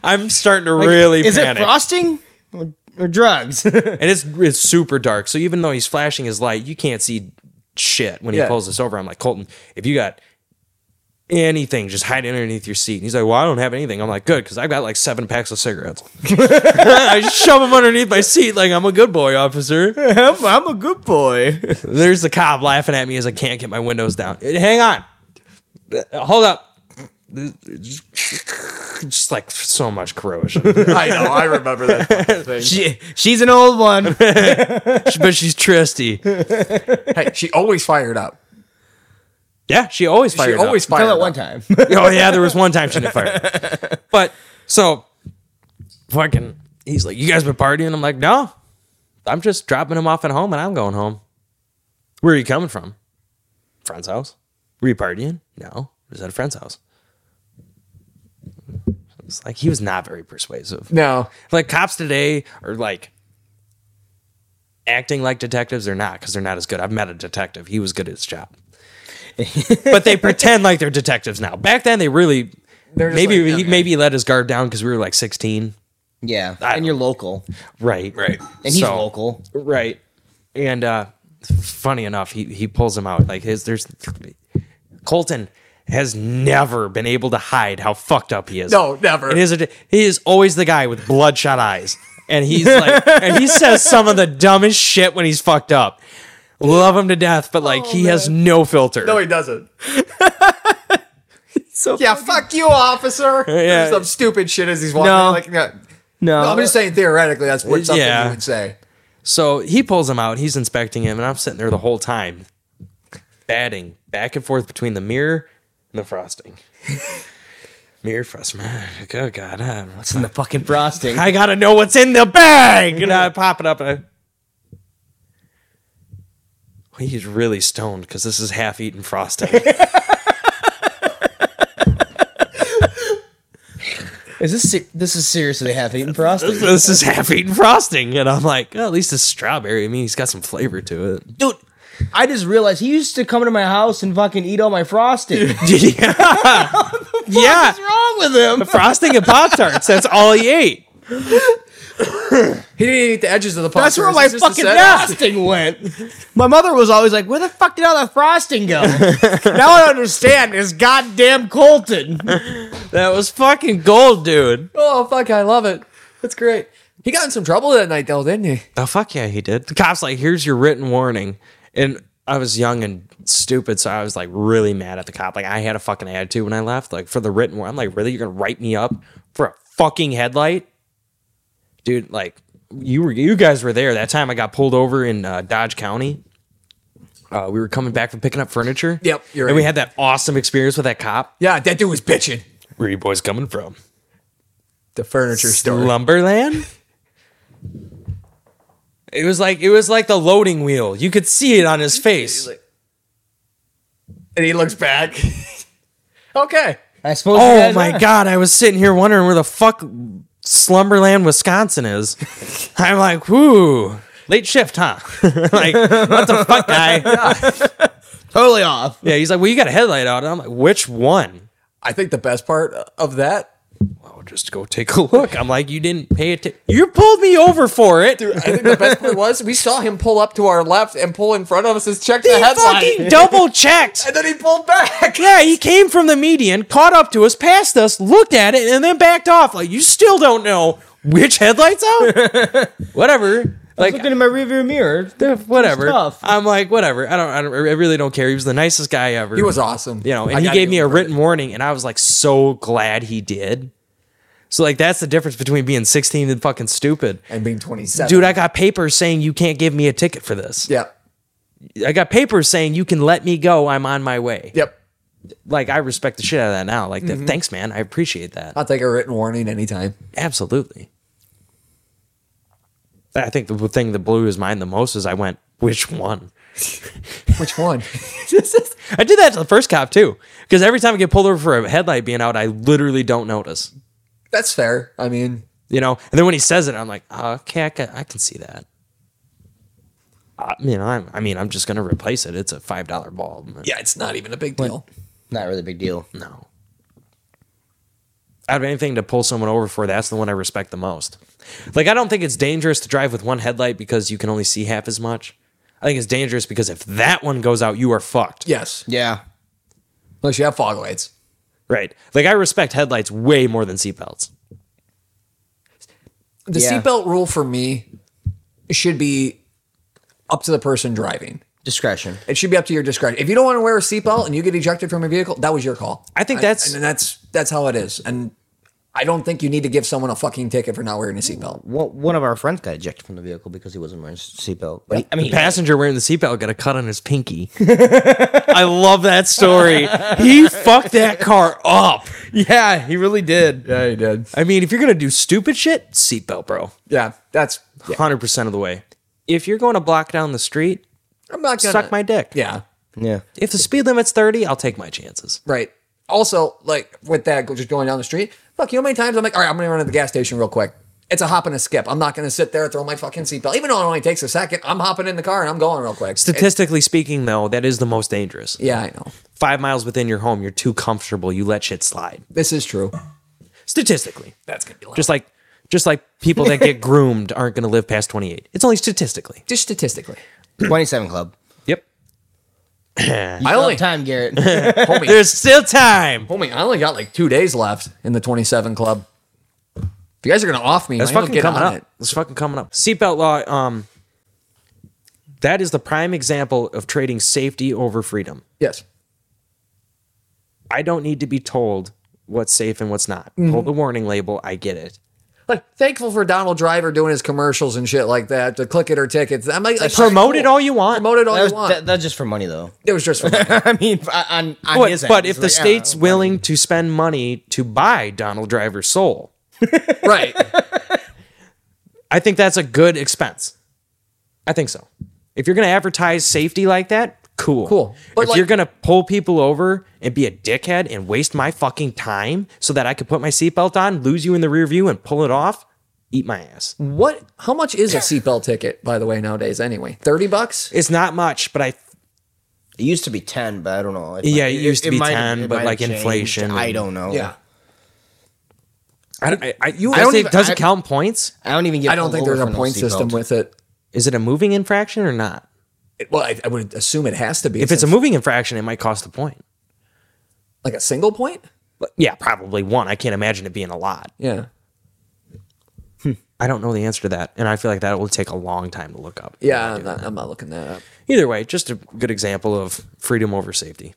I'm starting to really
Is
panic.
it frosting or, or drugs?
and it's it's super dark. So even though he's flashing his light, you can't see shit when he
Yeah.
pulls this over. I'm like, Colton, if you got anything, just hide it underneath your seat. And he's like, Well, I don't have anything. I'm like, good, because I've got like seven packs of cigarettes. I shove them underneath my seat like I'm a good boy, officer.
I'm, I'm a good boy.
There's the cop laughing at me as I can't get my windows down. Eh, Hang on. Eh, Hold up. Just like so much corrosion.
I know. I remember that fucking thing.
She, she's an old one.
but she's trusty.
hey, she always fired up.
Yeah, she always
She
fires. up.
always fired
Tell
up.
it one time.
oh yeah, there was one time she didn't fire. But so fucking he's like, You guys been partying? I'm like, No. I'm just dropping him off at home and I'm going home. Where are you coming from? Friend's house. Were you partying? No. It was at a friend's house. It's like he was not very persuasive.
No.
Like cops today are like acting like detectives. They're not because they're not as good. I've met a detective. He was good at his job. but they pretend like they're detectives now. Back then, they really
They're just
maybe
like,
he,
okay.
maybe he let his guard down because we were like sixteen,
Yeah,
I
and you're local,
right? Right.
and he's local.
right? And uh, funny enough, he he pulls him out like his. There's Colton has never been able to hide how fucked up he is.
No, never.
It is a, he is always the guy with bloodshot eyes. And he's like, and he says some of the dumbest shit when he's fucked up. Love him to death, but like he has no filter.
No, he doesn't. yeah, fuck you, officer.
Yeah.
Some stupid shit as he's walking.
No.
Like, no.
No,
No, I'm just saying theoretically that's what something
Yeah.
you would say.
so he pulls him out. He's inspecting him, and I'm sitting there the whole time, batting back and forth between the mirror and the frosting. Mirror frost. Oh God, I don't know.
It's in the fucking frosting.
I gotta know what's in the bag. And I pop it up and I. Well, He's really stoned because this is half eaten frosting.
Is this se- this is seriously half eaten frosting,
this is half eaten frosting. And I'm like, oh, at least it's strawberry. I mean, he's got some flavor to it.
dude? I just realized he used to come to my house and fucking eat all my frosting. What's
yeah. yeah.
wrong with him?
Frosting and Pop Tarts. That's all he ate.
He didn't eat the edges of the pop.
That's where my fucking frosting went. My mother was always like, "Where the fuck did all that frosting go?" now I understand. It's goddamn Colton.
That was fucking gold, dude.
Oh fuck, I love it. That's great. He got in some trouble that night though, didn't he?
Oh fuck yeah, he did. The cop's like, here's your written warning. And I was young and stupid, so I was like really mad at the cop. Like I had a fucking attitude when I left. Like for the written warning, I'm like, really, you're gonna write me up for a fucking headlight, dude? Like you were, you guys were there that time. I got pulled over in uh, Dodge County. Uh, we were coming back from picking up furniture.
Yep, you're
and we
right.
had that awesome experience with that cop.
Yeah, that dude was bitching.
Where you boys coming from?
The furniture store.
Lumberland. It was like it was like the loading wheel. You could see it on his face.
and he looks back. okay.
I suppose. you
Oh
guys
my
are.
god! I was sitting here wondering where the fuck Slumberland, Wisconsin is. I'm like, whoo, late shift, huh? like, what the fuck, guy?
Totally off.
Yeah, he's like, well, you got a headlight out. And I'm like, which one?
I think the best part of that,
Oh, just go take a look. I'm like, you didn't pay attention. You pulled me over for it.
I think the best part was we saw him pull up to our left and pull in front of us and says, check the
He
headlight.
fucking double checked.
and then he pulled back.
Yeah, he came from the median, caught up to us, passed us, looked at it, and then backed off. Like you still don't know which headlights out. whatever.
Like,
Like
looking in my rearview mirror.
whatever.
tough.
I'm like whatever. I don't, I don't. I really don't care. He was the nicest guy ever.
He was awesome.
You know, and
I
he
gotta
gave
give
me a
him credit.
written warning, and I was like so glad he did. So like that's the difference between being 16 and fucking stupid.
and being 27.
Dude, I got papers saying you can't give me a ticket for this.
Yep.
I got papers saying you can let me go. I'm on my way.
Yep.
Like I respect the shit out of that now. Like that, thanks, man. I appreciate that.
I'll take a written warning anytime.
Absolutely. I think the thing that blew his mind the most is I went, which one?
Which one?
I did that to the first cop too, because every time I get pulled over for a headlight being out, I literally don't notice.
That's fair. I mean,
You know, and then when he says it, I'm like, oh, okay, I can, I can see that. I mean, I'm, I mean, I'm just gonna replace it. It's a five dollar bulb.
yeah, it's not even a big deal.
Not really a big deal.
No. Out of anything to pull someone over for, that's the one I respect the most. Like, I don't think it's dangerous to drive with one headlight because you can only see half as much. I think it's dangerous because if that one goes out, you are fucked.
Yes.
Yeah.
Unless you have fog lights.
Right. Like, I respect headlights way more than seatbelts.
The
Yeah.
seatbelt rule for me should be up to the person driving.
Discretion.
It should be up to your discretion. If you don't want to wear a seatbelt and you get ejected from a vehicle, that was your call.
I think that's-
and that's that's how it is. And I don't think you need to give someone a fucking ticket for not wearing a seatbelt.
One one of our friends got ejected from the vehicle because he wasn't wearing a seatbelt. But he- I mean,
Passenger wearing the seatbelt got a cut on his pinky. I love that story. He fucked that car up.
yeah, he really did.
Yeah, you did.
I mean, if you're going to do stupid shit, seatbelt, bro.
Yeah, that's. yeah.
100% of the way. If you're going to block down the street,
I'm not gonna
suck my dick.
Yeah,
Yeah.
If the speed limit's 30, I'll take my chances.
right. Also, like with that, go- just going down the street. Fuck, you know how many times I'm like, all right, I'm gonna run to the gas station real quick. It's a hop and a skip. I'm not gonna sit there throw my fucking seatbelt, even though it only takes a second. I'm hopping in the car and I'm going real quick.
Statistically speaking, though, that is the most dangerous.
yeah, I know.
Five miles within your home, you're too comfortable. You let shit slide.
This is true.
Statistically,
That's gonna be loud.
just like just like people that get groomed aren't going to live past 28. It's only statistically.
just statistically.
27 Club.
Yep.
You
I
still
only-
have time, Garrett.
Homie,
There's still time.
Homie, I only got like two days left in the 27 club. If you guys are gonna off me, might
That's
as well
fucking
get
coming
on
up. That's fucking coming up. Seatbelt law. Um, that is the prime example of trading safety over freedom.
Yes.
I don't need to be told what's safe and what's not. Hold the warning label. I get it.
Like thankful for Donald Driver doing his commercials and shit like that to click it or tickets. I'm like, like
Promote it
cool.
all you want.
Promote it all
That was,
you want.
that, that's just for money, though.
it was just for money.
I mean, on, on
But,
his end,
but
it's
if the
like, yeah,
state's willing to spend money to buy Donald Driver's soul,
right.
I think that's a good expense. I think so. If you're going to advertise safety like that, cool.
Cool. But
if
like-
you're going to pull people over and be a dickhead and waste my fucking time so that I could put my seatbelt on, lose you in the rear view and pull it off, eat my ass.
What? How much is a seatbelt ticket by the way nowadays? Anyway, thirty bucks.
It's not much, but I
It used to be ten, but I don't know.
Yeah, it used to be 10,
it
but,
might have
like,
changed.
inflation
I
and-
don't know.
I, I, I, you
I don't
say
even-
it doesn't
I-
count in points.
I don't even get.
I don't think
pulled
there's
over for
a
no
point system
seatbelt.
with it.
Is it a moving infraction or not?
It- Well, I, I would assume it has to be.
If it's a
since-
moving infraction, it might cost a point.
like a single point.
But yeah, probably one. I can't imagine it being a lot.
Yeah.
I don't know the answer to that, and I feel like that will take a long time to look up.
Yeah, I'm not, I'm not looking that up.
Either way, just a good example of freedom over safety.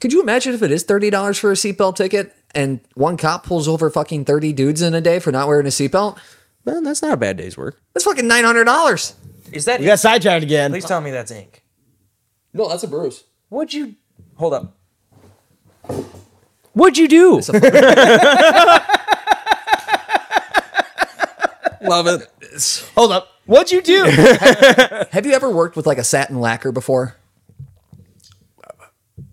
Could you imagine if it is thirty dollars for a seatbelt ticket and one cop pulls over fucking thirty dudes in a day for not wearing a seatbelt?
Well, that's not a bad day's work.
That's fucking nine hundred dollars.
Is that?
We got sidetracked again.
Please tell me that's ink.
No, that's a bruise.
What'd you? Hold up. What'd you do?
Love it.
Hold up. What'd you do?
Have you ever worked with like a satin lacquer before?
Is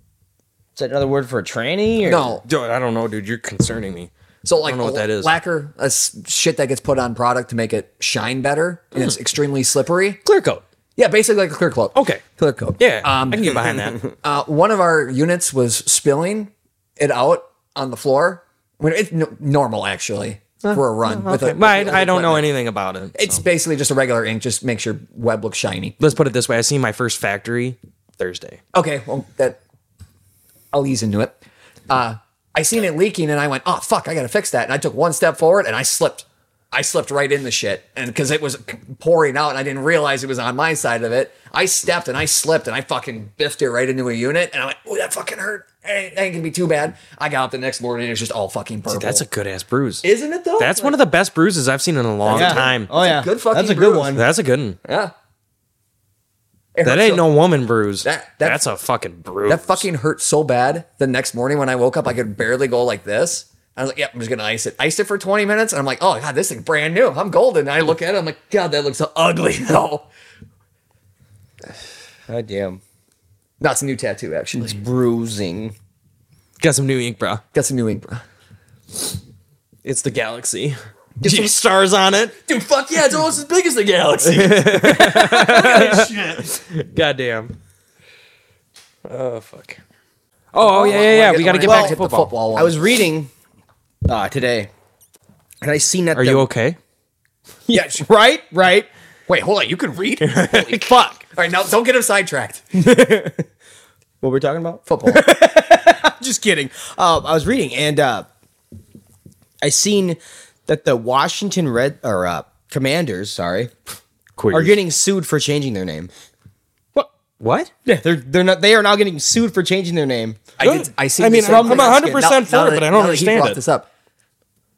that another word for a tranny? Or?
No.
Dude, I don't know, dude. You're concerning me.
So like
I don't know what
a
that is.
lacquer, that's shit that gets put on product to make it shine better, and it's extremely slippery.
Clear coat.
Yeah, basically like a clear coat.
Okay.
clear coat.
Yeah,
Um,
I can get behind that.
uh, one of our units was spilling it out on the floor. I mean, it's n- normal actually for a run. with a-
But
with
I, I don't know
equipment.
anything about it.
It's basically just a regular ink. Just makes your web look shiny.
let's put it this way. I seen my first factory Thursday.
Okay, well that I'll ease into it. Uh, I seen it leaking, and I went, "Oh fuck, I gotta fix that." And I took one step forward, and I slipped. I slipped right in the shit, and because it was pouring out, and I didn't realize it was on my side of it. I stepped and I slipped, and I fucking biffed it right into a unit, and I went, "Oh, that fucking hurt." That ain't, that ain't gonna be too bad. I got up the next morning, and it's just all fucking purple.
That's a good ass bruise.
isn't it though?
That's one of the best bruises I've seen in a long
Yeah.
time.
Oh yeah.
good fucking
That's a good
bruise.
one.
That's a good one.
yeah. It
That
hurt
ain't
so-
no woman bruise.
That- that-
That's a fucking bruise.
That fucking hurt so bad. The next morning when I woke up, I could barely go like this. I was like, yep, I'm just gonna ice it. Iced it for 20 minutes, and I'm like, oh god, this thing's brand new. I'm golden. And I look at it, I'm like, God, that looks so ugly though.
God damn.
No, it's a new tattoo, actually.
Bruising.
got some new ink, bro.
Got some new ink, bro.
It's the galaxy. Get some stars on it.
Dude, fuck yeah, it's almost as big as the galaxy.
Goddamn. Oh fuck. Oh, oh yeah, yeah, yeah. We got to get
Well,
back to
hit the
football.
I was reading uh, today, and I seen that.
Are
the-
you okay?
Yeah. Right. Right.
Wait, hold on. You can read? Holy fuck. All right, now don't get him sidetracked.
What were we talking about?
Football.
Just kidding. Uh, I was reading, and uh, I seen that the Washington Red or uh, Commanders, sorry, are getting sued for changing their name.
what? What?
Yeah, they're they're not. They are now getting sued for changing their name.
I did. I see.
I mean,
this
I'm- I'm
thing.
100%
Now- now
for
that-
it, but I
now that
don't
he
understand
brought
it.
This up.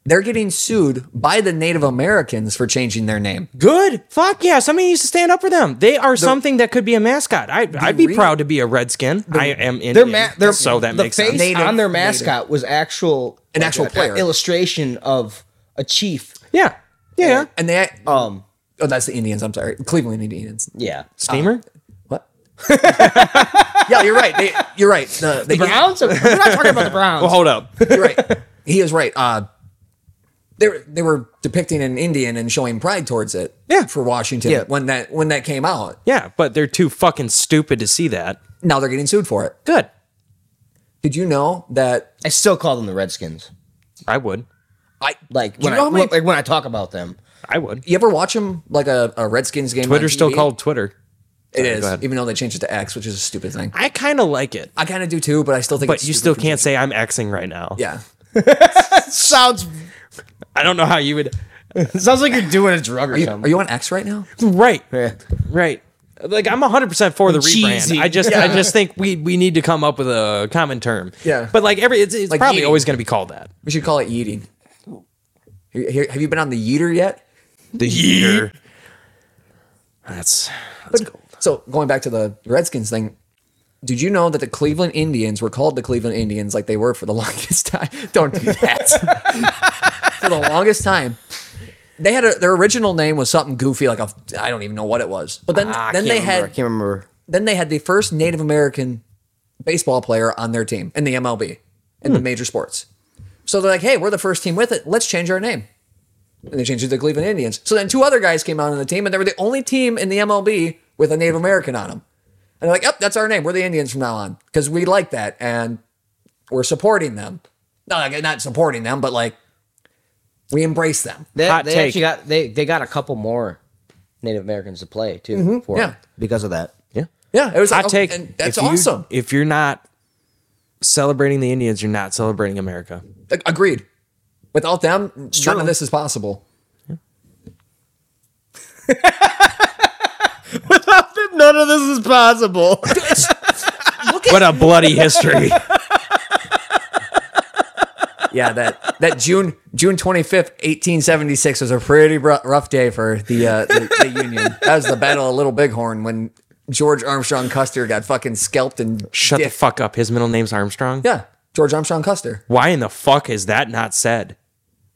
They're getting sued by the Native Americans for changing their name.
Good. Fuck yeah. Somebody needs to stand up for them. They are something that could be a mascot. I, I'd be
re-
proud to be a redskin. I am Indian.
Their ma- their,
so that
the
makes
face
sense.
Native-
on their
native.
mascot was actual
An actual
a- a
player.
illustration of a chief.
Yeah. Yeah.
And they,
Um,
oh, that's the Indians. I'm sorry, Cleveland Indians.
yeah,
Steamer?
What? yeah, you're right. They, you're right. The,
the
the
Browns. We're not talking about the Browns.
well, hold up.
You're right. He is right. Uh, they were, they were depicting an Indian and showing pride towards it.
Yeah.
for Washington.
Yeah.
when that when that came out,
yeah, but they're too fucking stupid to see that.
now they're getting sued for it.
Good.
Did you know that?
I still call them the Redskins.
I would.
I
Like
Do you
when
know
I
how many-
like when I talk about them.
I would.
you ever watch him like a, a Redskins game? on
Twitter's still
TV?
called Twitter.
It
Sorry,
is,
go ahead.
even though they changed it to X, which is a stupid thing.
I kind of like it,
I kind of do too, but I still think.
but
it's
you still
stupid
can't say I'm Xing right now.
for- Yeah,
Sounds
I don't know how you would.
sounds like you're doing a drug or
are you,
something.
are you on X right now?
Right.
Yeah.
Right. Like I'm 100% for the
Cheesy.
rebrand. I just I just think we we need to come up with a common term.
Yeah.
But like every it's, it's
Like
probably
yeeting.
always going to be called that.
We should call it yeeting. Here- here- Have you been on the Yeeter yet?
The year. That's that's cool.
So going back to the Redskins thing, did you know that the Cleveland Indians were called the Cleveland Indians like they were for the longest time? Don't do that. for the longest time. They had a, their original name was something goofy, like I I don't even know what it was. But then,
Ah, I
then
can't
they
remember. I
had
can't remember.
then they had the first Native American baseball player on their team in the MLB in
Hmm.
the major sports. So they're like, hey, we're the first team with it. Let's change our name. And they changed it to the Cleveland Indians. So then two other guys came out on the team, and they were the only team in the MLB with a Native American on them. And they're like, yep, that's our name. We're the Indians from now on because we like that and we're supporting them. No, like, not supporting them, but like we embrace them.
They,
Hot
they
take.
actually got they they got a couple more Native Americans to play too for
yeah.
because of that.
Yeah.
Yeah, it was like,
I take
and that's
if you-
awesome.
If you're not celebrating the Indians, you're not celebrating America.
Ag- Agreed. Without them, none
true.
of this is possible.
None of this is possible.
What a bloody history.
yeah, that that June June twenty fifth, eighteen seventy six was a pretty ru- rough day for the, uh, the the Union. That was the Battle of Little Bighorn when George Armstrong Custer got fucking scalped and
Shut the
dicked.
fuck up. His middle name's Armstrong.
Yeah, George Armstrong Custer.
Why in the fuck is that not said?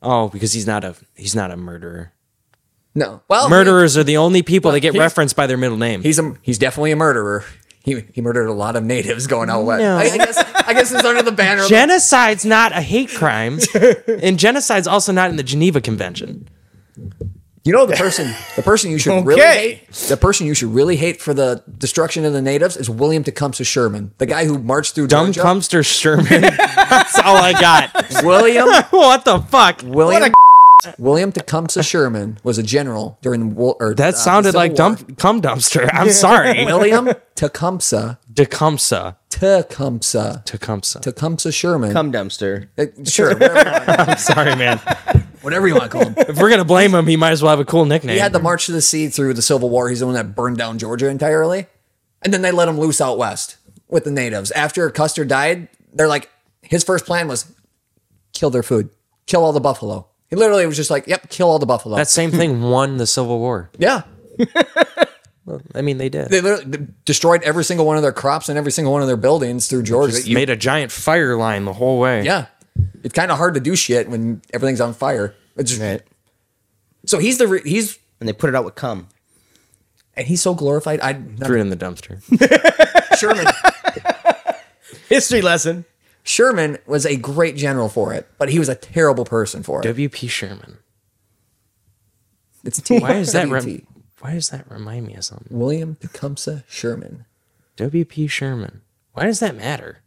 Oh, because he's not a he's not a murderer.
No, well,
Murderers are the only people that get
he's-
referenced by their middle name.
He's a he's definitely a murderer. He, he murdered a lot of natives going out west.
No.
I, I guess I guess it's under the banner. of-
Genocide's not a hate crime, and genocide's also not in the Geneva Convention.
you know the person the person you should really
Okay.
hate the person you should really hate for the destruction of the natives is William Tecumseh Sherman, the guy who marched through
Dumb
Georgia.
Cumster Sherman. That's all I got.
William
what the fuck?
William William Tecumseh Sherman was a general during the war. Or,
That
uh,
sounded
Civil
like
War.
dump, cum dumpster. I'm sorry.
William Tecumseh
Tecumseh.
Tecumseh
Tecumseh.
Tecumseh Sherman.
Come dumpster.
Uh, sure, whatever you, want,
I'm sorry, man.
whatever you want to call him.
If we're gonna blame him, he might as well have a cool nickname.
He had the March to the Sea through the Civil War. He's the one that burned down Georgia entirely, and then they let him loose out west with the natives. After Custer died, they're like his first plan was kill their food, kill all the buffalo. He literally was just like, "Yep, kill all the buffalo."
that same thing won the Civil War.
yeah.
I mean, they did.
They literally d- destroyed every single one of their crops and every single one of their buildings through Georgia.
Just
You-
made a giant fire line the whole way.
Yeah. It's kind of hard to do shit when everything's on fire. It's just- So he's the re- he's
And they put it out with cum.
and he's so glorified. I
Threw it in the dumpster.
Sherman
History lesson.
Sherman was a great general for it, but he was a terrible person for it.
W.P. Sherman.
It's T.
Why is that?
WT.
Rem- why does that remind me of something?
William Tecumseh Sherman?
W.P. Sherman. Why does that matter?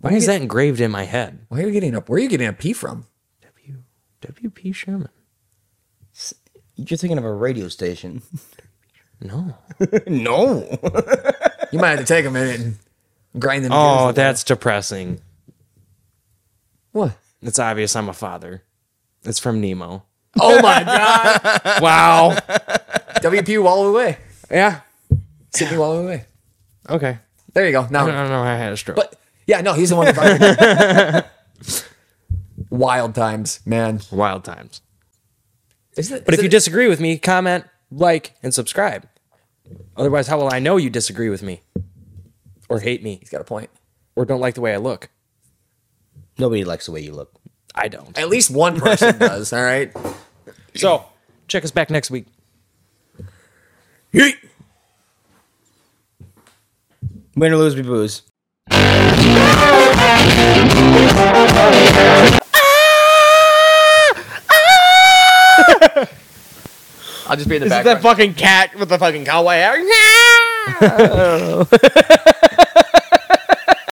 Why is that engraved in my head?
Why are you getting up? Where are you getting a P from?
W. W.P. Sherman.
You're thinking of a radio station.
No.
no.
You might have to take a minute and grind them.
Oh,
gears.
that's depressing.
what?
It's obvious I'm a father. It's from Nemo.
Oh my God!
Wow.
WP Wallaway,
yeah.
Sydney Wallaway.
Okay.
There you go. Now
I don't know. I had a stroke.
But yeah, no, he's the one. That fucking Wild times, man.
Wild times.
Isn't it,
But if
isn't
you
it-
disagree with me, comment, like, and subscribe. Otherwise, how will I know you disagree with me? Or hate me?
he's got a point.
Or don't like the way I look?
Nobody likes the way you look.
I don't.
At least one person does. All right.
So, check us back next week.
Win or lose, we booze.
I'll just be in the
That fucking cat with the fucking cowboy hat.